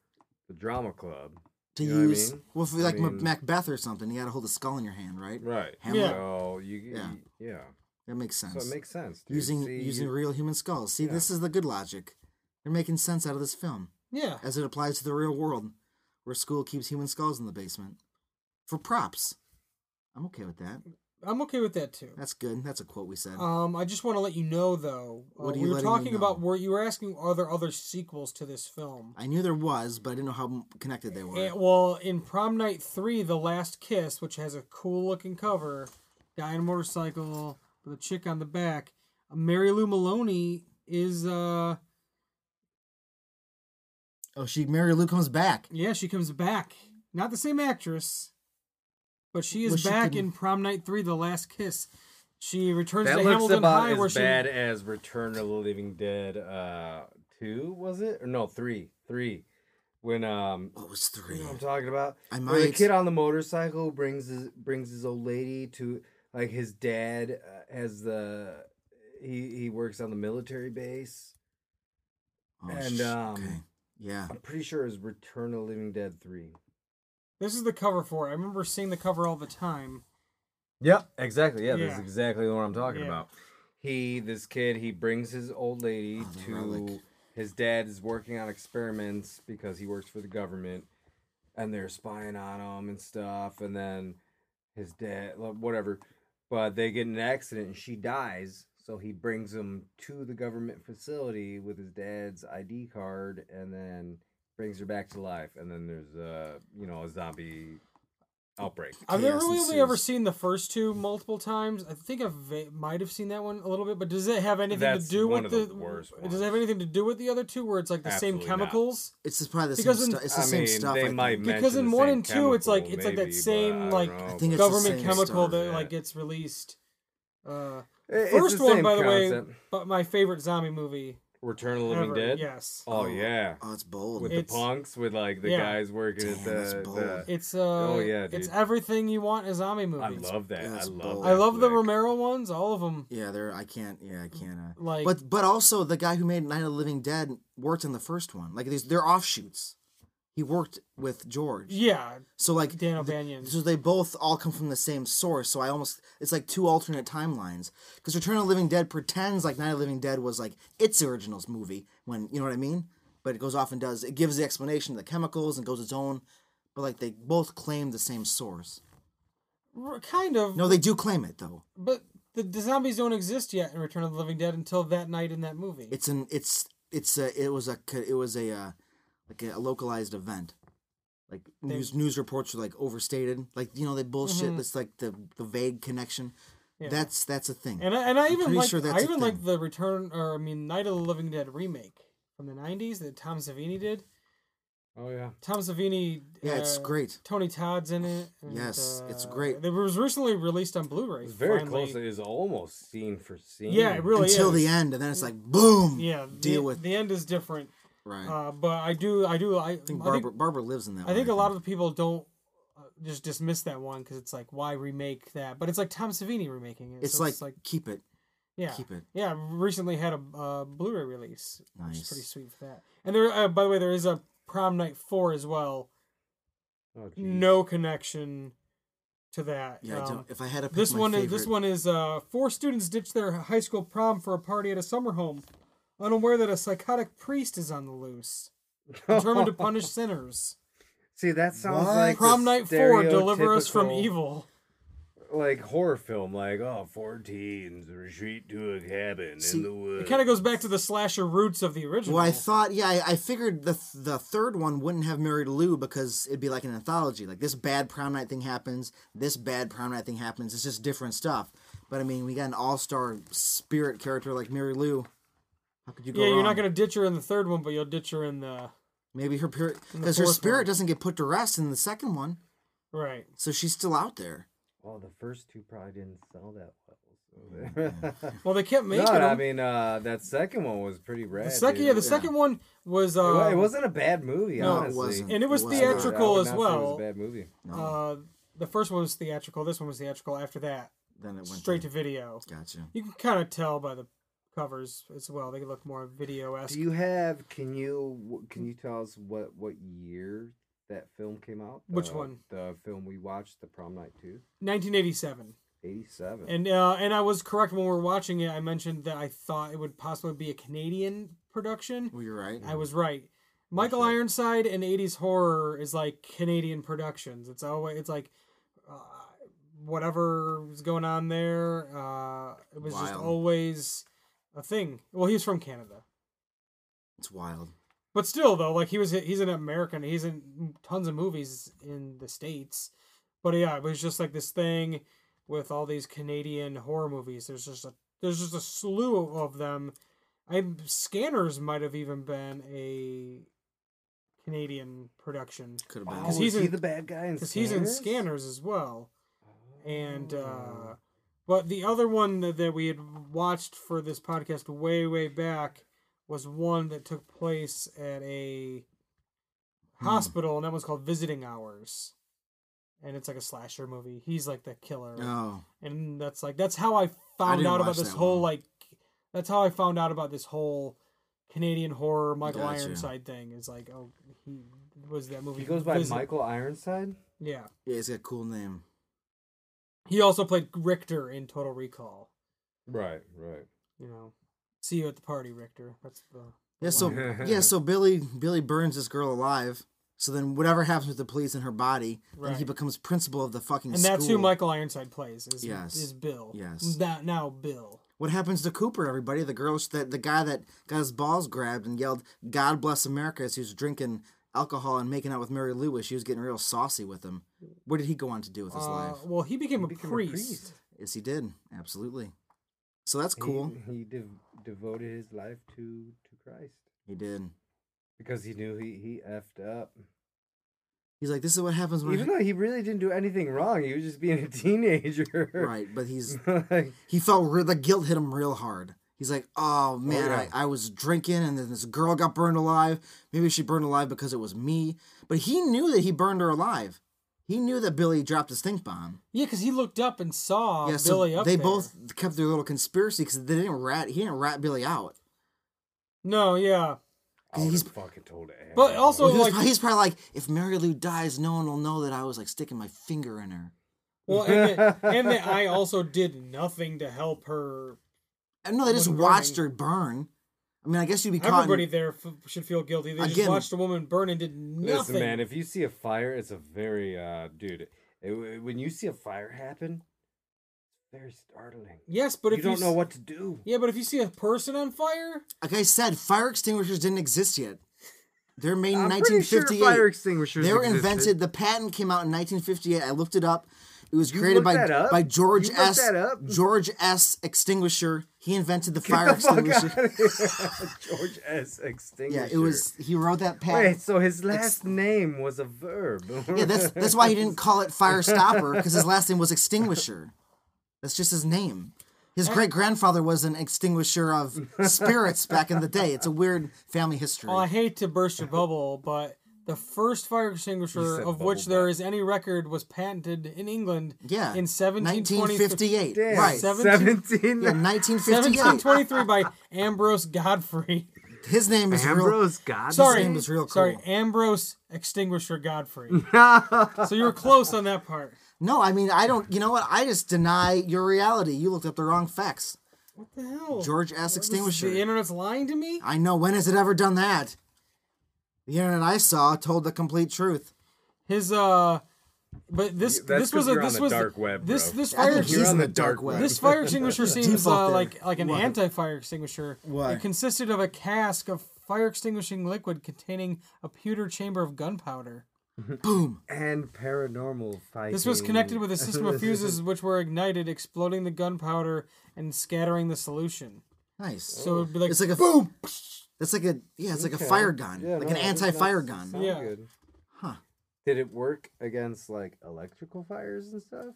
the drama club. to You know what I use. mean? Well, if I like Mac- mean- Macbeth or something, you got to hold a skull in your hand, right? Right. Hamlet. So you, yeah. Yeah. yeah. That makes sense. So it makes sense. dude. using See, using you- real human skulls. See, Yeah. this is the good logic. They're making sense out of this film yeah as it applies to the real world, where school keeps human skulls in the basement for props. I'm okay with that. i'm okay with that too That's good. That's a quote we said. um i just want to let you know though uh, What are you we were letting me talking about know? where you were asking are there other sequels to this film I knew there was, but I didn't know how m- connected they were. And- well in prom night 3 the last kiss which has a cool looking cover guy on a motorcycle with a chick on the back uh, mary lou maloney is uh oh, she Mary Lou comes back. Yeah, she comes back. Not the same actress, but she is Well, she back can- in Prom Night Three: The Last Kiss. She returns that to looks Hamilton about High, as where she bad as Return of the Living Dead. Uh, two was it or no three? Three. When um, What was you three? know what I'm talking about. I Where the might- kid on the motorcycle brings his brings his old lady to like his dad uh, has the he he works on the military base. Oh, and, sh- um, okay. yeah, I'm pretty sure it's Return of the Living Dead three. this is the cover for. it. I remember seeing the cover all the time. Yep, exactly. Yeah, that's Yeah. exactly what I'm talking Yeah. about. He, this kid, he brings his old lady Oh, the to relic. his dad is working on experiments because he works for the government, and they're spying on him and stuff. And then his dad, like, whatever, but they get in an accident and she dies. So he brings him to the government facility with his dad's ID card, and then brings her back to life. And then there's a, you know, a zombie outbreak. I've never Chaos really ensues. ever seen the first two multiple times. I think I va- might have seen that one a little bit, but does it have anything That's to do one with of the? the worst does it have ones. anything to do with the other two, where it's like the Absolutely same not. chemicals? it's just probably the same Because in- stuff. It's the I same mean, stuff. They I might think. Because mention in the one same and two, it's like- chemical, it's like that maybe, same, but I like, don't know. I think It's the Government same chemical stuff, that yeah. like gets released. Uh, It- it's first the one, same by the way, concept. but my favorite zombie movie Return of the Living ever. Dead. Yes. Oh yeah, Oh, it's bold. with It's- the punks, with like the yeah. guys working Damn, at the. that's the bold. It's uh, Oh, yeah, it's dude. everything you want in a zombie movie. I love that. I that's love. bold. That I love the flick. Romero ones, all of them. Yeah, there. I can't. Yeah, I can't. Uh, Like, but but also the guy who made Night of the Living Dead worked in the first one. Like these, they're offshoots. He worked with George. yeah, So like Dan the- O'Banion. so they both all come from the same source. So I almost it's like two alternate timelines because Return of the Living Dead pretends like Night of the Living Dead was like its originals movie when you know what I mean. But it goes off and does it gives the explanation of the chemicals and goes its own. But like they both claim the same source. r- kind of. No, they do claim it though. but the, the zombies don't exist yet in Return of the Living Dead until that night in that movie. It's an it's it's a it was a co- it was a uh, like a localized event. Like news news reports are like overstated. Like you know they bullshit. Mm-hmm. It's like the the vague connection. That's that's a thing. and I, and I I'm even pretty like sure that's I a even like thing. the Return or I mean Night of the Living Dead remake from the '90s that Tom Savini did. Oh yeah. Tom Savini. yeah, it's uh, great. Tony Todd's in it. and, Yes, it's uh, great. It was recently released on Blu-ray. It's very finally. close. It is almost scene for scene. Yeah, it really Until is. the end, and then it's like boom. Yeah, the, deal with the end is different. right. Uh, but I do, I do, I, I I think think Barbara Barbara lives in that. I think a lot of the people don't uh, just dismiss that one because it's like, why remake that? But it's like Tom Savini remaking it. it's, so like, keep it. yeah, keep it. Yeah, recently had a uh, Blu-ray release, which is Nice. pretty sweet for that. And there, uh, by the way, there is a Prom Night Four as well. Oh, geez. No connection to that. Yeah, I Um, don't, if I had to pick This my one is favorite, this one is uh, four students ditch their high school prom for a party at a summer home, <laughs> unaware that a psychotic priest is on the loose, determined to punish sinners. <laughs> See, that sounds What? like the Prom Night 4 Deliver Us From stereotypical, Evil. Like horror film, like oh, four teens retreat to a cabin See, in the woods. It kind of goes back to the slasher roots of the original. Well, I thought, yeah, I, I figured the th- the third one wouldn't have Mary Lou because it'd be like an anthology. Like this bad prom night thing happens, this bad prom night thing happens. It's just different stuff. But I mean, we got an all star spirit character like Mary Lou. How could you go yeah, you're wrong? not going to ditch her in the third one, but you'll ditch her in the Maybe her because the her fourth spirit one. doesn't get put to rest in the second one, right. so she's still out there. Well, Oh, the first two probably didn't sell Mm. <laughs> that well. So. Well, they kept no, making them. I mean uh, that second one was pretty rad. the second, yeah, the dude. second one was It uh, wa- it wasn't a bad movie. No, it honestly. wasn't. and it was It wasn't. theatrical I would as not say It well. was a bad movie. No, Uh, the first one was theatrical. This one was theatrical. After that, then it went straight to video. Gotcha. You can kind of tell by the covers as well. They look more video esque. Do you have? Can you? Can you tell us what what year that film came out? Which The- one? The film we watched, The Prom Night Two, 1987. eighty seven. And uh, and I was correct when we were watching it. I mentioned that I thought it would possibly be a Canadian production. Well, you're right. I was right. Michael Gotcha. Ironside and '80s horror is like Canadian productions. It's always it's like uh, whatever was going on there. Uh, it was just Wild. always a thing. Well, he's from Canada, It's wild. but still though, like he was he's an American. He's in tons of movies in the states. But yeah, it was just like this thing with all these Canadian horror movies. There's just a there's just a slew of them. I Scanners might have even been a Canadian production Could have been. Oh, 'cause is he's he in- the bad guy in? because he's in Scanners as well. And Oh. uh, but the other one that, that we had watched for this podcast way way back was one that took place at a Hmm. hospital, and that was called Visiting Hours. And it's like a slasher movie. He's like the killer Oh, and that's like that's how I found didn't out about watch this that whole one. like that's how I found out about this whole Canadian horror Michael Gotcha. Ironside thing. Is like oh he was that movie. He goes by Visit- Michael Ironside. Yeah, yeah, he's got a cool name. he also played Richter in Total Recall. Right, right. You know, see you at the party, Richter. That's the Yeah, <laughs> so Wow. yeah, so Billy Billy burns this girl alive. So then, whatever happens with the police and her body, then he Right. becomes principal of the fucking. and that's who school. Michael Ironside plays. Is Yes. is Bill? Yes. Now, now Bill. What happens to Cooper? Everybody, the girl that the guy that got his balls grabbed and yelled "God bless America" as he was drinking alcohol and making out with Mary Lou. as She was getting real saucy with him. What did he go on to do with his Uh, life? well, he became, He a, became a priest. priest. Yes, he did absolutely. So that's cool. He, he dev- devoted his life to to Christ He did. because he knew he he effed up. He's like, this is what happens when. Even though he really didn't do anything wrong, he was just being a <laughs> teenager. right, but he's <laughs> Like, he felt re- the guilt hit him real hard. He's like, oh man, yeah. I, I was drinking and then this girl got burned alive. Maybe she burned alive because it was me. But he knew that he burned her alive. He knew that Billy dropped his stink bomb. Yeah, because he looked up and saw yeah, Oh, Billy so up they there. both kept their little conspiracy because they didn't rat. He didn't rat Billy out. No, yeah, I would've He's- fucking told it. But also- So, He was like- pro- he's probably like, if Mary Lou dies, no one will know that I was like sticking my finger in her. Well, and that, <laughs> and that I also did nothing to help her. I know they just Wasn't watched burning. her burn. I mean, I guess you'd be caught. in- Everybody there f- should feel guilty. They just Again- watched a woman burn and did nothing. Listen, man, if you see a fire, it's a very uh, dude. It, when you see a fire happen, it's very startling. yes, but you if you don't know s- what to do. yeah, but if you see a person on fire, like I said, fire extinguishers didn't exist yet. They're made in I'm pretty sure 1958. fire extinguishers. They were existed. invented. The patent came out in 1958. I looked it up. It was You created looked that by up? by George You looked S. that up? George S. Extinguisher. He invented the <laughs> Get fire the fuck extinguisher. out of here. <laughs> George S. Extinguisher. Yeah, it was. He wrote that Wait, patent. so his last name was a verb. <laughs> Yeah, that's that's why he didn't call it fire stopper because his last name was extinguisher. That's just his name. His great grandfather was an extinguisher of spirits back in the day. It's a weird family history. well, Oh, I hate to burst your bubble, but the first fire extinguisher said of bubble which there butt. is any record was patented in England. yeah, in 1723. 1958. Damn, Right. Seven- seventeen. Yeah, <laughs> 1958. 1723 <laughs> by Ambrose Godfrey. His name is real. Ambrose God. Sorry, name was real sorry, cool. Ambrose Extinguisher <laughs> Godfrey. so you were close on that part. No, I mean I don't. You know what? I just deny your reality. You looked up the wrong facts. What the hell? George S. Extinguisher. The internet's lying to me. I know. When has it ever done that? The internet I saw told the complete truth. His uh, but this That's this was 'cause a you're on this the was dark web, this bro. this I fire think he's extinguisher in the dark web. this fire extinguisher seems Default uh, there. like like an Why? anti fire extinguisher. Why? It consisted of a cask of fire extinguishing liquid containing a pewter chamber of gunpowder. Boom. and paranormal fighting. This was connected <laughs> with a system of <laughs> fuses which were ignited, exploding the gunpowder and scattering the solution. Nice. So it'd be like, it's like a boom. That's like a yeah. It's like Okay. a fire gun, Yeah, like an no, it does not anti-fire s- gun. sound Yeah. good. Huh. Did it work against like electrical fires and stuff?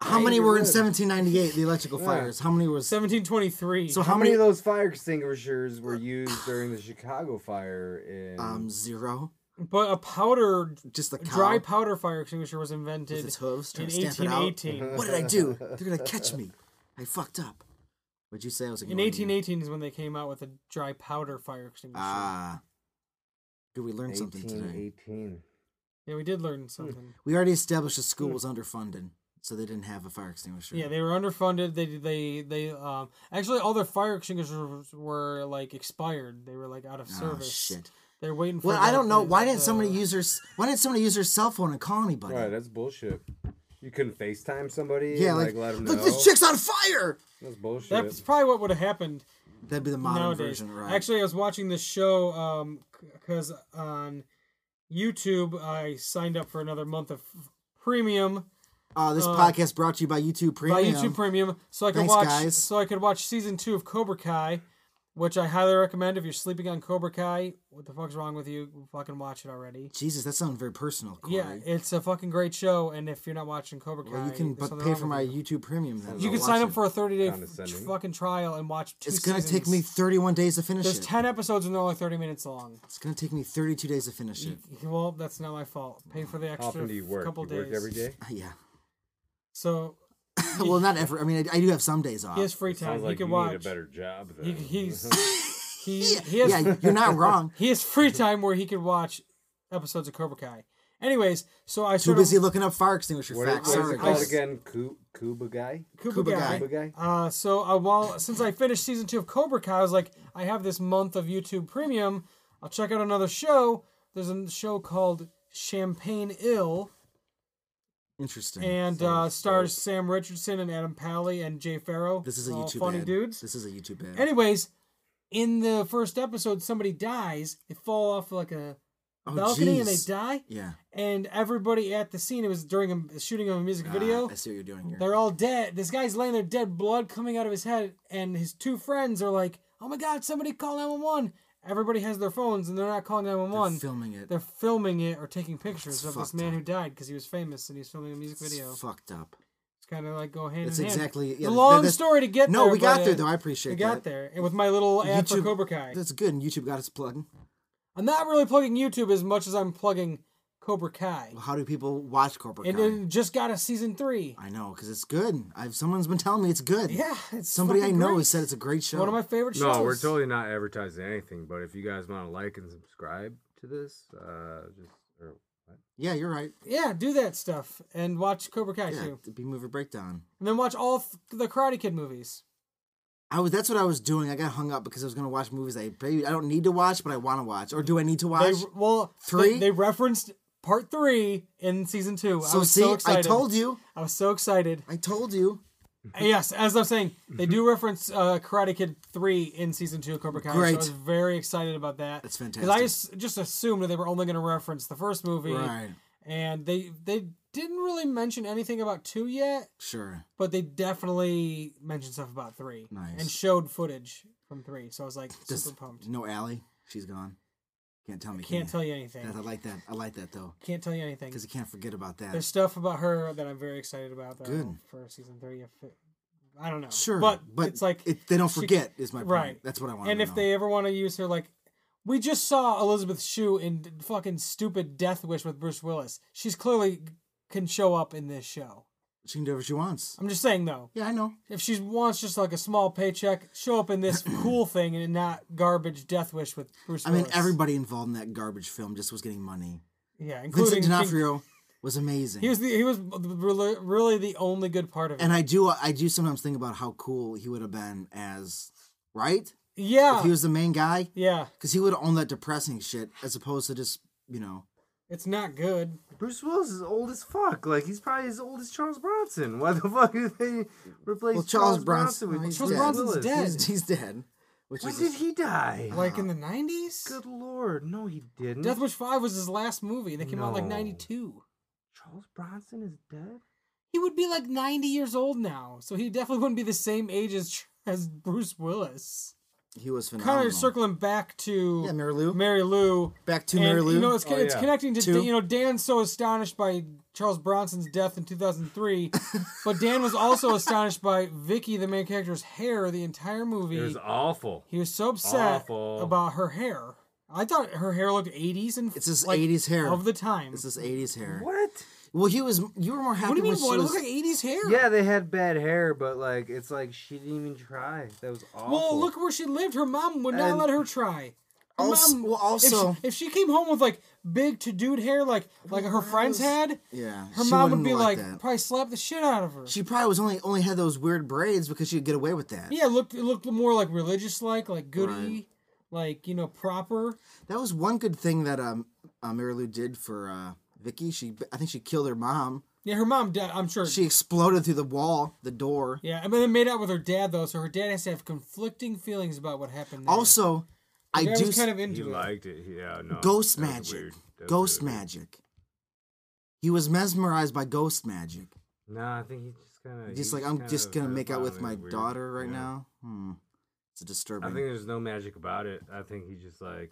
How Yeah, many you're were in good. 1798? The electrical fires. How many was? 1723. So How, many, of those fire extinguishers were used during the Chicago fire in Um, zero. but a powder, Just the cow dry powder fire extinguisher was invented with its hooves in trying to stamp it out. Uh-huh. 1818. What did I do? They're gonna catch me. I fucked up. What'd you say? I was In ignoring you? 1818 is when they came out with a dry powder fire extinguisher. Ah. Did we learn something today? 1818? yeah, we did learn something. We already established the Hmm. school was underfunded, so they didn't have a fire extinguisher. Yeah, they were underfunded. They they they um actually all their fire extinguishers were like expired. They were like out of Oh, service. shit. They're waiting for. uh, Well, I like, don't know. the- Why didn't the- somebody use their? Why didn't somebody use their cell phone and call anybody? Right, that's bullshit. You couldn't FaceTime somebody. Yeah, and, like, let them know. look, this chick's on fire. That's bullshit. That's probably what would have happened. That'd be the modern nowadays. version, right? Actually, I was watching this show um because on YouTube I signed up for another month of premium uh, this podcast brought to you by YouTube by Premium. YouTube Premium, so I could Thanks, watch guys. so I could watch season two of Cobra Kai, which I highly recommend. If you're sleeping on Cobra Kai, what the fuck's wrong with you? Fucking watch it already. Jesus, that sounds very personal, Corey. Yeah, it's a fucking great show, and if you're not watching Cobra Kai, Well, you can there's but something pay wrong for with my you. YouTube Premium. Then You I'll can watch sign up it. for a 30 day Condescending. fucking trial and watch. Two It's gonna take me seasons. 31 days to finish There's it. 10 episodes and they're only 30 minutes long. It's gonna take me 32 days to finish it. Well, that's not my fault. Pay for the How extra often do you f- work? couple you days. work every day? Ah, Yeah. So well, not ever. I mean, I, I do have some days off. he has free time. Sounds He like can you watch. need a better job. Then. he, <laughs> he's <laughs> he, he has yeah, you're not <laughs> wrong. he has free time where he can watch episodes of Cobra Kai. Anyways, so I Too sort busy of looking up fire extinguisher What is, facts. what is Sorry, it called guys. again? Ku- Kuba guy? Cobra Cobra Kai. Kai. Kuba guy? Uh, so I, while since I finished season two of Cobra Kai, I was like, I have this month of YouTube Premium. I'll check out another show. There's a show called Champagne Ill, Interesting. and uh, stars Sam Richardson and Adam Pally and Jay Farrow. this is a all YouTube funny ad. dudes. This is a YouTube ad. Anyways, in the first episode, somebody dies. They fall off like a Oh, balcony and they jeez. die. Yeah. And everybody at the scene, it was during a shooting of a music video. Ah, I see what you're doing here. They're all dead. This guy's laying there dead, blood coming out of his head, and his two friends are like, "Oh my God, somebody call 911!" Everybody has their phones, and they're not calling They're 911. filming it. They're filming it or taking pictures It's of this fucked man up. who died because he was famous and he's filming a music It's video. It's, fucked up. kind of like go hand It's in hand. exactly- It's yeah, a that- long that's- story to get No, there. we got but uh, there though. I We appreciate that. got there, and with my little ad for Cobra Kai. That's good, and YouTube got its plug. I'm not really plugging YouTube as much as I'm plugging Cobra Kai. How do people watch Cobra And Kai? it just got a season three. I know because it's good. I've someone's been telling me it's good. Yeah, it's somebody I fucking know great. has said it's a great show. One of my favorite shows. No, we're totally not advertising anything. But if you guys want to like and subscribe to this, uh, just or what? yeah, you're right. Yeah, do that stuff and watch Cobra Kai Yeah, too, the B movie breakdown. and then watch all th- the Karate Kid movies. I was that's what I was doing. I got hung up because I was gonna watch movies I maybe I don't need to watch, but I want to watch. Or do I need to They watch? well, they- Three? They, referenced part three in season two. I so was see, so excited. I told you. I was so <laughs> excited. I told you. yes, as I'm saying, they Mm-hmm. do reference uh, Karate Kid three in season two of Cobra Kai. So I Great. was very excited about that. That's I fantastic. just, just assumed that they were only going to reference the first movie, Right. and they they didn't really mention anything about two yet, Sure. but they definitely mentioned stuff about three Nice. and showed footage from three. So I was like Does- super pumped. No, Allie, she's gone. Can't tell me. can Can't tell you anything. That, I like that. I like that though Can't tell you anything. because you can't forget about that. There's stuff about her that I'm very excited about. That I Good. hope for season three. If it, I don't know. Sure, but, it's like it, they don't she- forget. is my point. right. That's what I want. and if they ever want to use her, like we just saw Elizabeth Shue in fucking stupid Death Wish with Bruce Willis. She's clearly can show up in this show. she can do whatever she wants. I'm just saying though, Yeah, I know. if she wants just like a small paycheck, show up in <clears throat> this cool thing and not garbage Death Wish with Bruce. I mean, Willis. everybody involved in that garbage film just was getting money. yeah, including Vincent King- D'Onofrio was amazing. He was the, he was really, really the only good part of it. and I do, I do sometimes think about how cool he would have been as, right? yeah, If he was the main guy, yeah. because he would have owned that depressing shit as opposed to just you know It's not good. Bruce Willis is old as fuck. Like he's probably as old as Charles Bronson. Why the fuck did they replace Well, Charles Charles, Bronson- Bronson, well, with he's Charles dead. Bronson's Willis? dead. He's, he's dead. Which When is did he die? Like in the nineties, Good lord, no, he didn't. Death Wish Five was his last movie. That came out like No. ninety two. Charles Bronson is dead. He would be like ninety years old now, so he definitely wouldn't be the same age as <laughs> as Bruce Willis. he was Kind phenomenal. of circling back to yeah, Mary Lou. Mary Lou. Back to and, Mary Lou. You know, it's, Oh, it's yeah. connecting to Two. you know Dan's so astonished by Charles Bronson's death in <laughs> 2003, but Dan was also astonished by Vicky, the main character's hair the entire movie. It was awful. he was so upset awful. about her hair. I thought her hair looked 80s and it's his like, 80s hair. of the time. it's his 80s hair. What? Well, he was. You were more happy what do you when mean? she Boy, it was. looked like 80s hair. Yeah, they had bad hair, but like it's like she didn't even try. That was awful. Well, look where she lived. Her mom would not And- let her try. Her Also- well, if she- also- if she, came home with like big to dude hair, like like her friends had, yeah, her she mom would wouldn't be like, that. probably slap the shit out of her. She probably was only only had those weird braids because she could get away with that. Yeah, it looked it looked more like religious like, like goody, Right. like you know proper. That was one good thing that um, uh, Mary Lou did for uh, Vicky. She, I think she killed her mom. Yeah, her mom died. I'm sure. She exploded through the wall, the door. yeah, I mean, they made out with her dad though, so her dad has to have conflicting feelings about what happened. There. Also, I Her dad do was kind of he into it. liked it. Yeah, no. ghost that was magic. weird. That was Ghost really weird. magic. He was mesmerized by ghost magic. Nah, I think he's just kind of just like I'm just gonna make out with my daughter right now. Hmm. It's a I disturbing. think there's no magic about it. I think he just like,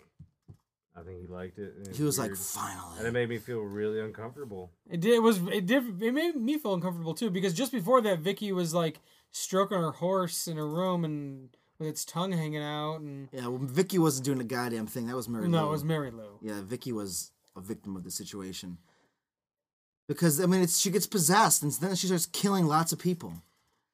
I think he liked it. and he was like, weird. and it finally. made me feel really uncomfortable. It did. It was. It did. It made me feel uncomfortable too because just before that, Vicky was like stroking her horse in her room and with its tongue hanging out, and Yeah, well, Vicky wasn't doing a goddamn thing. That was Mary. no, Lou. it was Mary Lou. yeah, Vicky was a victim of the situation. Because I mean, it's she gets possessed, and then she starts killing lots of people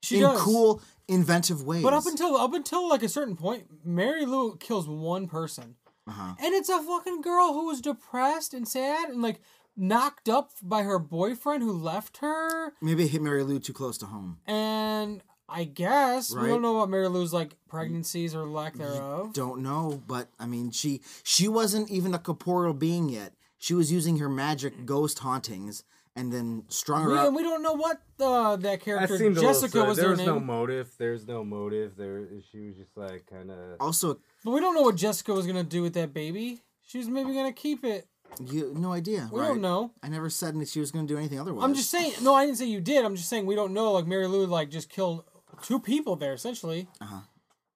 She in does. cool, inventive ways. But up until up until like a certain point, Mary Lou kills one person, Uh-huh. and it's a fucking girl who was depressed and sad and like knocked up by her boyfriend who left her. maybe it hit Mary Lou too close to home. And I guess we Right. don't know about Mary Lou's like pregnancies or lack thereof. Don't know, but I mean, she she wasn't even a corporeal being yet. She was using her magic ghost hauntings, and then strung her We, up. and we don't know what uh, that That character seemed a Jessica was little. Was there her was name, no motive. There's no motive. There, she was just like kind of. also, but we don't know what Jessica was gonna do with that baby. She was maybe gonna keep it. you no idea. We right? don't know. I never said that she was going to do anything otherwise. I'm just saying. No, I didn't say you did. I'm just saying we don't know. Like Mary Lou, like just killed two people there essentially. Uh-huh. Mm.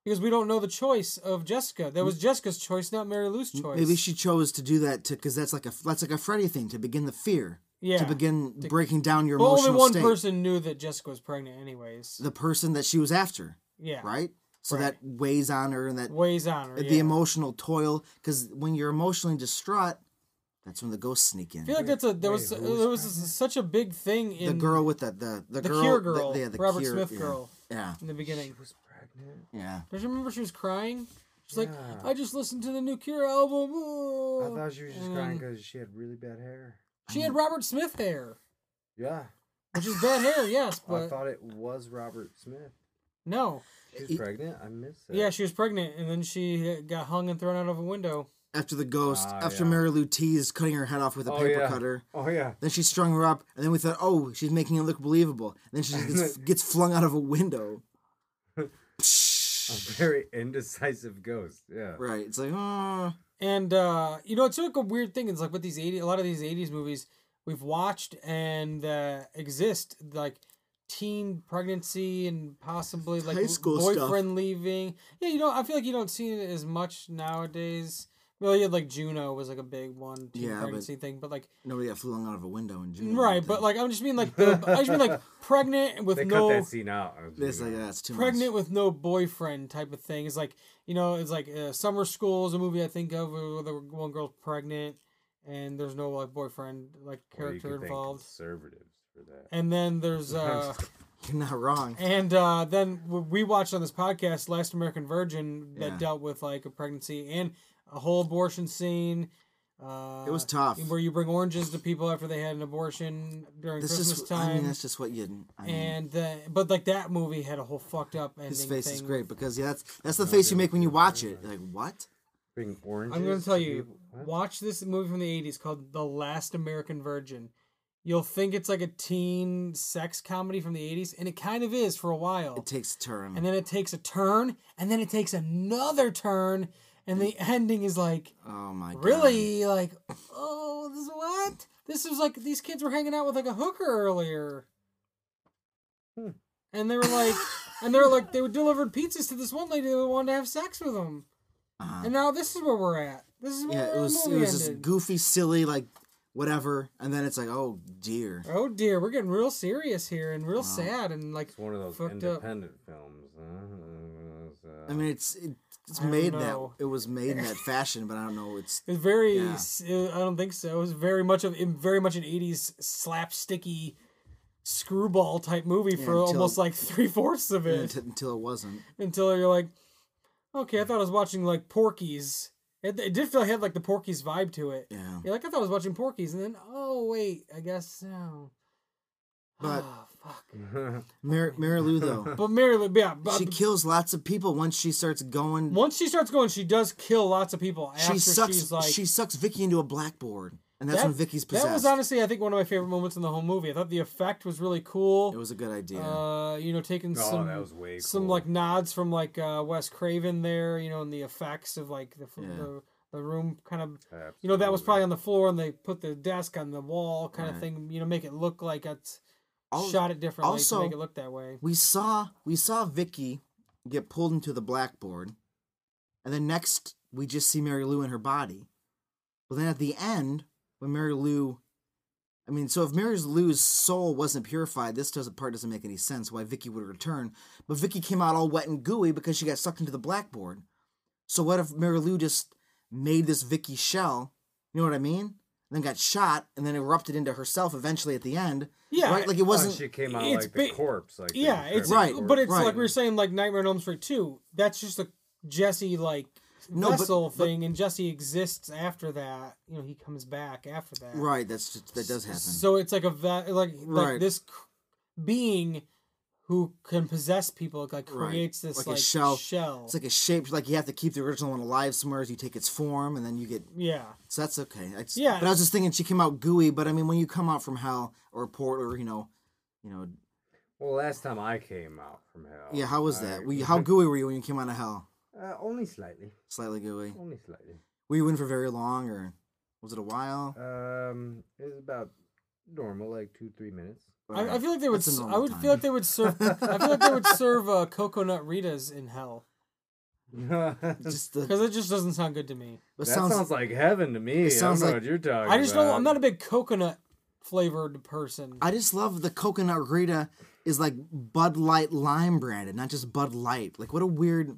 Because we don't know the choice of Jessica. That was Jessica's choice, not Mary Lou's choice. Maybe she chose to do that to because that's like a that's like a Freddy thing to begin the fear. Yeah. To begin breaking down your But emotional only one state. person knew that Jessica was pregnant, anyways. The person that she was after, Yeah. right? So Right. that weighs on her and that Weighs on her. the yeah. emotional toil because when you're emotionally distraught, that's when the ghosts sneak in. I feel like that's a there was wait, who there was such a big thing in the girl with the the the, The girl, Cure girl, the, yeah, the Robert Cure, Smith yeah. girl Yeah, in the beginning. She was pregnant. yeah. Don't you remember she was crying? She's Yeah. like, I just listened to the new Cure album. I ooh." thought she was just And crying then Oh. because she had really bad hair. She had Robert Smith hair, Yeah, which is bad hair, yes, I but thought it was Robert Smith. no. She was He- pregnant. I missed it. Yeah, she was pregnant, and then she got hung and thrown out of a window. After the ghost, Ah, after yeah. Mary Lou teased cutting her head off with a Oh, paper yeah. cutter. Oh yeah. Then she strung her up, and then we thought, oh, she's making it look believable. And then she <laughs> gets, gets flung out of a window. A very <laughs> indecisive ghost. Yeah. Right. It's like, oh. And uh, you know, it's like a weird thing. It's like with these eighty, a lot of these '80s movies we've watched and uh, exist, like teen pregnancy and possibly like High school boyfriend stuff. leaving. Yeah, you know, I feel like you don't see it as much nowadays. Well, yeah, like Juno was like a big one teen Yeah, but- Mm, pregnancy thing, but like Nobody got flung out of a window in June. right, but like I'm just mean <laughs> like the, I just mean like pregnant and with They no cut that scene out. I was It's like, like, that's too pregnant much. with no boyfriend type of thing. It's like you know, it's like uh, summer school is a movie I think of where the one girl's pregnant and there's no like boyfriend like Or you could character thank involved. Conservatives for that. And then <laughs> there's uh <laughs> You're not wrong. and uh then w- we watched on this podcast Last American Virgin that Yeah. dealt with like a pregnancy and a whole abortion scene. Uh, It was tough. where you bring oranges to people after they had an abortion during This Christmas is, time. I mean, that's just what you. I mean, and the, but like that movie had a whole fucked up ending. his face is thing great because yeah, that's that's the face you make when you watch it. You're like what? But Being oranges. I'm going to tell to you. people- what? Watch this movie from the 80s called The Last American Virgin. You'll think it's like a teen sex comedy from the 80s, and it kind of is for a while. It takes a turn. And then it takes a turn, and then it takes another turn, and the ending is like oh my god. really like, oh, this what? This was like these kids were hanging out with like a hooker earlier. Hmm. And they were like, and they were like, they delivered pizzas to this one lady that wanted to have sex with them. Uh-huh. And now this is where we're at. This is where Yeah, it our was it movie was just ended. goofy, silly, like whatever, and then it's like, oh dear. oh dear, we're getting real serious here and real Uh-huh. sad and like It's one of those fucked up. independent films. huh? <laughs> Uh, I mean, it's it, it's I don't made that know. it was made <laughs> in that fashion, but I don't know. It's It's very. Yeah. s- uh, I don't think so. It was very much of in- very much an '80s slapsticky screwball type movie for until- almost like three fourths of it until, until it wasn't. until you're like, okay, I thought I was watching like Porky's. It, it did feel like it had like the Porky's vibe to it. Yeah, You're like, I thought I was watching Porky's, and then oh wait, I guess so. <sighs> But- Ah, fuck. Mary, Mary <laughs> Lou though, But Mary Lou, yeah, but she kills lots of people once she starts going. once she starts going, she does kill lots of people. After She sucks. she's like, she sucks Vicky into a blackboard, and that's That- when Vicky's possessed. that was honestly, I think, one of my favorite moments in the whole movie. I thought the effect was really cool. it was a good idea. uh, you know, taking Oh, some that was way some cool. like nods from like uh, Wes Craven there, you know, and the effects of like the f Yeah. the, the room kind of you know Mm. that was probably on the floor and they put the desk on the wall kind of Right. thing, you know, make it look like it's Mm. Al- shot it differently also- to make it look that way. we saw we saw Vicky get pulled into the blackboard, and then next we just see Mary Lou in her body. But then at the end, when Mary Lou, I mean, so if Mary Lou's soul wasn't purified, this doesn't part doesn't make any sense why Vicky would return. But Vicky came out all wet and gooey because she got sucked into the blackboard. So what if Mary Lou just made this Vicky shell? You know what I mean? And then got shot, and then erupted into herself eventually at the end. Yeah, oh, right. Like it Wasn't wasn't. she came out it's like the ba- corpse? Like they yeah, it's described Right, the corpse. but it's right. like we were saying like Nightmare on Elm Street 2. That's just a Jesse like No, but- vessel but- thing and Jesse exists after that. You know, he comes back after that. Right, that's just, that does happen. So it's like a va- like Right. like this c- being who can possess people like Right. creates this Like like, a shell. shell. It's like a shape. Like you have to keep the original one alive somewhere. as You take its form, and then you get. yeah. So that's okay. That's, Yeah. But I was just thinking she came out gooey. But I mean, when you come out from hell or a port or you know, you know, well, last time I came out from hell. yeah. How was I- that? Were you, how <laughs> gooey were you when you came out of hell? Uh, only slightly. Slightly gooey. Only slightly. Were you in for very long, or was it a while? Um, it was about normal, like two, three minutes. <laughs> I, I feel like they would. uh, That's a s- I normal would time. feel like they would <laughs> serve. I feel like they would serve uh, coconut ritas in hell just the, because it just doesn't sound good to me. it that sounds, like heaven to me. it sounds I don't like- know what you're talking I just about. don't. I'm not a big coconut flavored person. I just love the coconut Rita is like Bud Light lime branded, not just Bud Light. Like what a weird.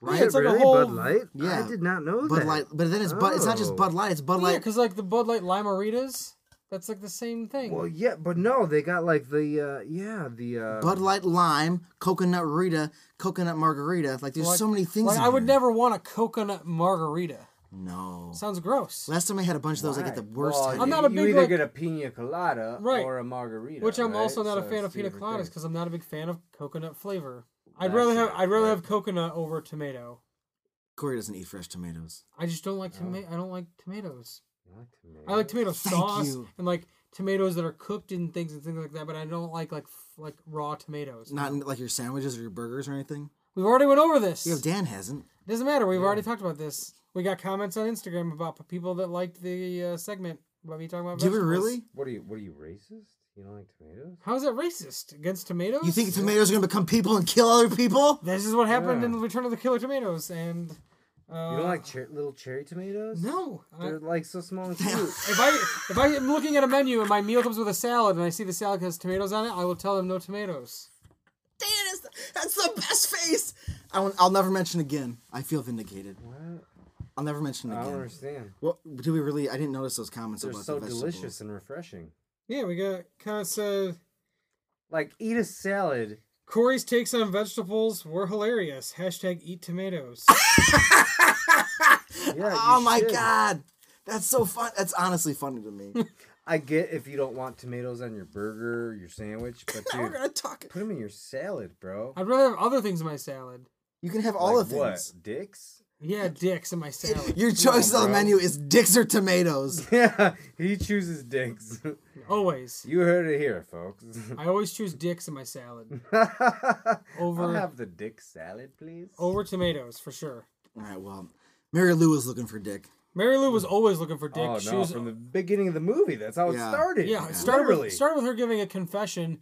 Yeah, Right, it's like a really whole- Bud Light. Yeah. I did not know Bud that. Light, but then it's Bud. It's not just Oh. Bud Light. It's Bud yeah, Light. because like the Bud Light lime ritas, that's like the same thing. Well, yeah, but no, they got like the uh, yeah the uh, Bud Light Lime, Coconut Rita, Coconut Margarita. Like, there's Like- so many things. like in I would here. never want a coconut margarita. No. Sounds gross. Last time I had a bunch of those, I Why? got the worst. Well, headache. I'm not a you big, either like- get a pina colada Right. or a margarita, Which I'm right? also not a So fan of it's pina two coladas different because I'm not a big fan of coconut flavor. I'd That's rather have it, I'd rather right. have coconut over tomato. Corey doesn't eat fresh tomatoes. I just don't Oh. like tomato. I don't like tomatoes. things. I like tomato Thank sauce you. and like tomatoes that are cooked in things and things like that. But I don't like like f- like raw tomatoes. Not in, like your sandwiches or your burgers or anything. We've already went over this. Yeah, Dan hasn't. Doesn't matter. We've already talked about this. We got comments on Instagram about p- people that liked the uh, segment. About me talking about Do we vegetables. really? What are you? What are you racist? You don't like tomatoes? How is that racist against tomatoes? You think tomatoes are gonna become people and kill other people? this is what happened Yeah. in the Return of the Killer Tomatoes? And uh, You don't like cher- little cherry tomatoes? no. I- they're like so small <laughs> and cute. if I if I am looking at a menu and my meal comes with a salad and I see the salad has tomatoes on it, I will tell them no tomatoes. Dan is. That's the best face. I won't, I'll never mention again. I feel vindicated. what? I'll never mention I don't again. understand. What do we really? I didn't notice those comments They're about so the vegetables. delicious and refreshing. Yeah, we got kind of said Like eat a <laughs> salad. Corey's takes on vegetables were hilarious. Hashtag eat tomatoes. Yeah. you oh my should. god, that's so fun. That's honestly funny to me. <laughs> I get if you don't want tomatoes on your burger, your sandwich, <laughs> but Now we're dude, gonna talk. put them in your salad, bro. I'd rather have other things in my salad. You can have all Like of things. What? Dicks? Yeah, dicks in my salad. Your choice on the bro. menu is dicks or tomatoes. Yeah, <laughs> he chooses dicks. <laughs> Always. you heard it here, folks. <laughs> I always choose dicks in my salad I'll over have the dick salad, please. over tomatoes for sure. All right, well, Mary Lou is looking for dick. Mary Lou was always looking for dick. oh she no! was From the beginning of the movie, that's how Yeah. it started. yeah. It started Literally. with, started with her giving a confession,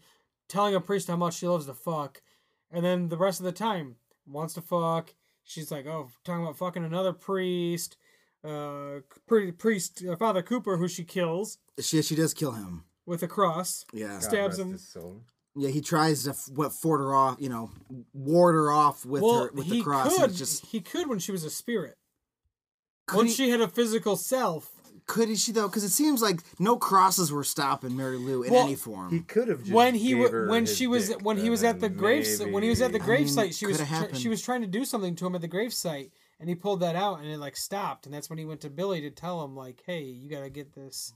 telling a priest how much she loves to fuck, and then the rest of the time wants to fuck. She's like, oh, talking about fucking another priest, uh, pri- priest uh, Father Cooper, who she kills She she does kill him. with a cross. Yeah, God stabs rest him. his soul. yeah. He tries to f- what fort her off, you know, ward her off with her with the cross. Could, and it's just he could when she was a spirit. could Once he, she had a physical self, could he, she though? Because it seems like no crosses were stopping Mary Lou in Well, any form. He could have just when he gave wa- her when his she was dick, when he and was at the then graves when he was <laughs> at the maybe- grave mean, site, she was tr- coulda she happened. was trying to do something to him at the grave site, and he pulled that out, and it like stopped, and that's when he went to Billy to tell him like, "Hey, you gotta get this,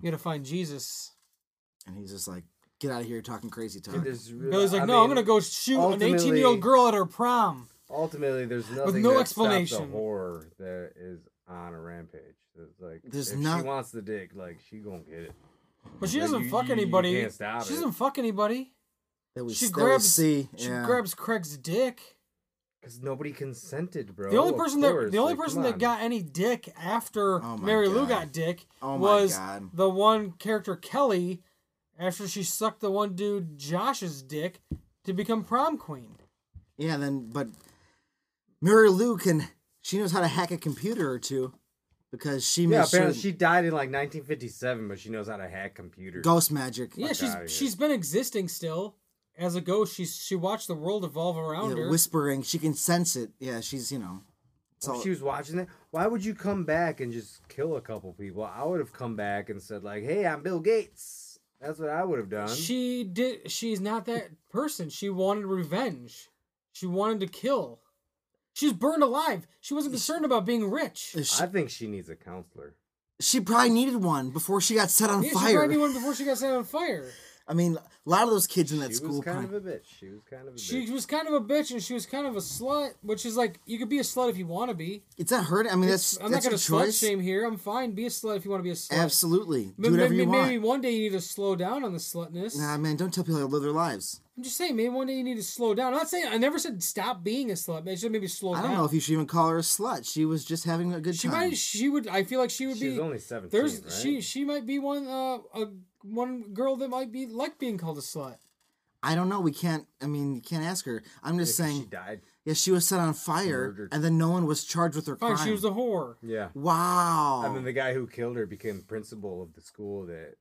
you gotta find Jesus." and he's just like, "Get out of here, talking crazy talk." Dude, there's really- Billy's like, I "No, I'm mean, gonna go shoot an 18 year ultimately- old girl at her prom." Ultimately, there's nothing no that Stops explanation. the horror that is on a rampage. It's like There's if not- she wants the dick, like she gonna get it. But she Like, doesn't you- fuck you- you anybody. can't She stop it. doesn't fuck anybody. that we, she that we grabs- see. She yeah. grabs Craig's dick. Because nobody consented, bro. The only Of person that course, the only like, person come that on. got any dick after Oh my Mary Lou God. got dick Oh my was God. the one character Kelly after she sucked the one dude Josh's dick to become prom queen. Yeah, then but Mary Lou can she knows how to hack a computer or two because she Yeah, made sure- apparently she died in like 1957, but she knows how to hack computers. ghost magic. uh, yeah, she's outta here. she's been existing still as a ghost. She's she watched the world evolve Yeah, around her. whispering, she can sense it. Yeah, she's you know. It's all, If she was watching that, why would you come back and just kill a couple people? I would have come back and said like, "Hey, I'm Bill Gates." That's what I would have done. she did. She's not that person. She wanted revenge. She wanted to kill. She's burned alive. She wasn't concerned about being rich. she, I think she needs a counselor. she probably needed one before she got set on Yeah, she fire. probably knew one before she got set on fire. I mean, a lot of those kids in that She school was kind probably, of a bitch. She was kind of a bitch. She was kind of a bitch and she was kind of a slut, which is like you could be a slut if you want to be. it's not her. I mean, that's I'm that's not her gonna slut choice. shame here. I'm fine. Be a slut if you want to be a slut. Absolutely, May- do whatever may- you may- want. maybe one day you need to slow down on the slutness. Nah, man, don't tell people how to live their lives. I'm just saying, maybe one day you need to slow down. I'm not saying I never said stop being a slut. but I said maybe slow I down. don't know if you should even call her a slut. She was just having a good she time. might. She would. I feel like she would She was be. only 17, there's right? she. She might be one. Uh, a one girl that might be like being called a slut. I don't know. We can't. I mean, you can't ask her. I'm just Yeah, 'cause saying. she died. Yeah, she was set on fire, Murdered. and then no one was charged with her Fine, crime. she was a whore. Yeah. wow. I mean, the guy who killed her became principal of the school that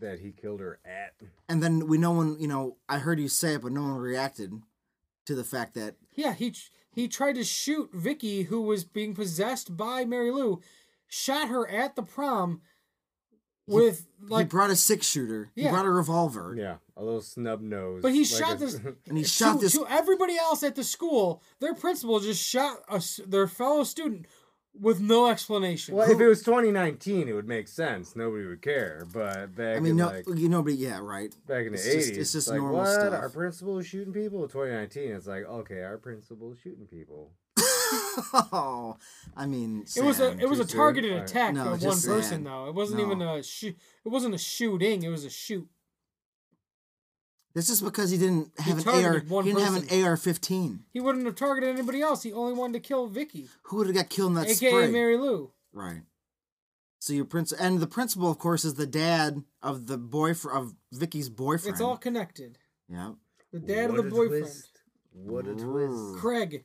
that he killed her at. and then we no one, you know, I heard you say it, but no one reacted to the fact that Yeah, he he tried to shoot Vicky, who was being possessed by Mary Lou, shot her at the prom with he like, brought a six shooter. He Yeah. brought a revolver. Yeah, a little snub nose. but he like shot a- <laughs> this. <laughs> And he shot to, this to everybody else at the school. Their principal just shot a s their fellow student with no explanation. Well, if it was 2019, it would make sense. Nobody would care. But back I mean, in no, like you know, but yeah, right. <laughs> back in the it's 80s, just- it's just like, normal what? stuff. Our principal was shooting people. 2019, it's like okay, our principal is shooting people. oh, I mean, It was a Sam, it was a too soon? targeted Alright. attack No, on just one sad. person though. It wasn't No. even a shoot. It wasn't a shooting. It was a shoot. That's just because he didn't have an AR. targeted one He didn't have person. an AR-15. He wouldn't have targeted anybody else. He only wanted to kill Vicky, Who would have got killed in that aka spray? Mary Lou. Right. So your prince and the principal, of course, is the dad of the boyfriend of Vicky's boyfriend. It's all connected. yeah. The dad What of a the boyfriend. twist. What a Ooh. twist, Craig.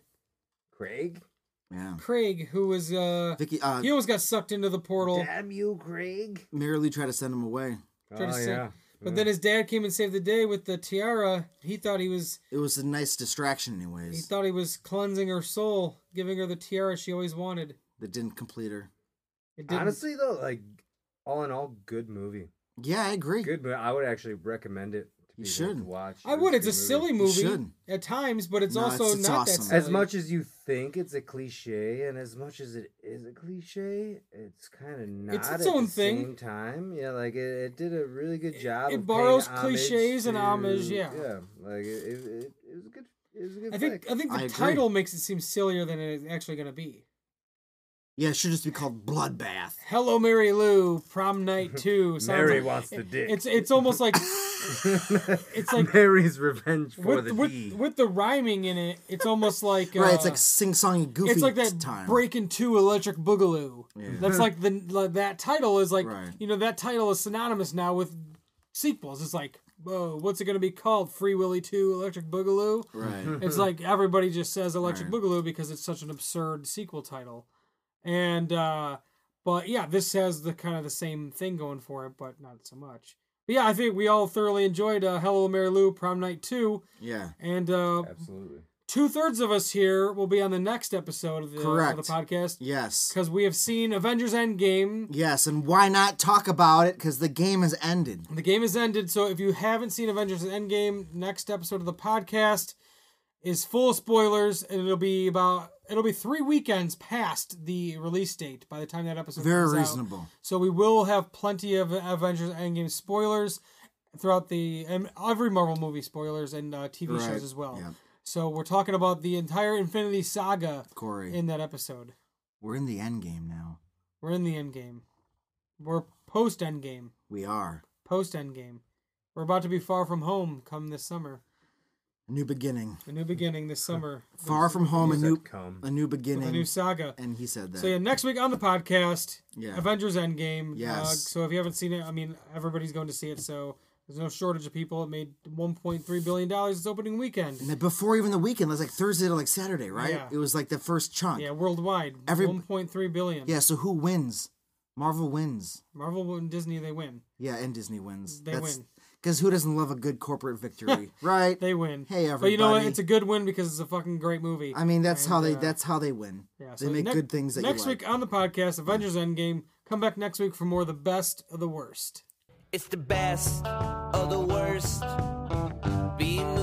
Craig! <laughs> Yeah. Craig, who was uh Vicky, uh, he almost got sucked into the portal. Damn you, Craig! Mary Lou tried to send him away. Tried to oh save- yeah, But then his dad came and saved the day with the tiara. He thought he was It was a nice distraction, he anyways. thought he was cleansing her soul, giving her the tiara she always wanted. that didn't complete her. It didn't honestly though, like all in all, good movie. Yeah, I agree. Good, but I would actually recommend it. To You people should. to watch. I would. It's a good movie. silly movie should. at times, but it's No, also it's- it's not awesome. that silly. As much as you think it's a cliche, and as much as it is a cliche, it's kind of not. its at own the thing. Same time, yeah, like it, it did a really good job. it of paying borrows homage cliches and to- homage, yeah. yeah. Like it, it, it, it was a good. It was a good. I think flick. <laughs> I think the I agree. title makes it seem sillier than it is actually going to be. Yeah, it should just be called Bloodbath. Hello, Mary Lou, Prom <laughs> Night Two. sounds Mary like- wants the dick. It's it's almost <laughs> like it's like Mary's revenge for with the D. with, with the rhyming in it. It's almost like uh, right, it's like sing-songy goofy it's like that time. Breaking Two Electric Boogaloo. That's like the <laughs> like that title is like Right. you know that title is synonymous now with sequels. It's like oh, what's it gonna be called? Free Willy Two Electric Boogaloo. <laughs> Right. <laughs> It's like everybody just says Electric Boogaloo because it's such an absurd sequel title. And uh but yeah, this has the kind of the same thing going for it, but not so much. But yeah, I think we all thoroughly enjoyed uh, Hello Mary Lou Prom Night 2 Yeah. and uh Absolutely. two-thirds of us here will be on the next episode of the, of Correct. the podcast Yes. because we have seen Avengers Endgame. Yes, and why not talk about it? Because the game has ended. The game is ended, so if you haven't seen Avengers Endgame, next episode of the podcast is full of spoilers, and it'll be about it'll be three weekends past the release date by the time that episode Very comes out. reasonable. So we will have plenty of Avengers Endgame spoilers throughout the and every Marvel movie spoilers and uh, TV Right, shows as well. yeah. So we're talking about the entire Infinity Saga Corey, in that episode. we're in the end game now. We're in the Endgame. We're post Endgame. We are. post Endgame. We're about to be far from home come this summer. A new beginning. A new beginning this summer. Far from home, a Is new, that come? a new With beginning. a new saga. and he said that. So yeah, next week on the podcast, Yeah. Avengers Endgame. Uh, Yes. so if you haven't seen it, I mean, everybody's going to see it. So there's no shortage of people. It made 1.3 billion dollars its opening weekend. And then before even the weekend, it was like Thursday to like Saturday, right? Yeah. It was like the first chunk. Yeah, Yeah. worldwide, Every- 1.3 billion. so who wins? Marvel wins. Marvel and Disney, they win. Yeah, and Disney wins. They win. Because who doesn't love a good corporate victory, right? <laughs> They win. Hey, But you know what? everybody. It's a good win because it's a fucking great movie. I mean, that's how And, they uh, that's how they win. Yeah, they make nec- good things that next you like. week on the podcast, Avengers Endgame. Come back next week for more of the best of the worst. It's the best of the worst. Be movie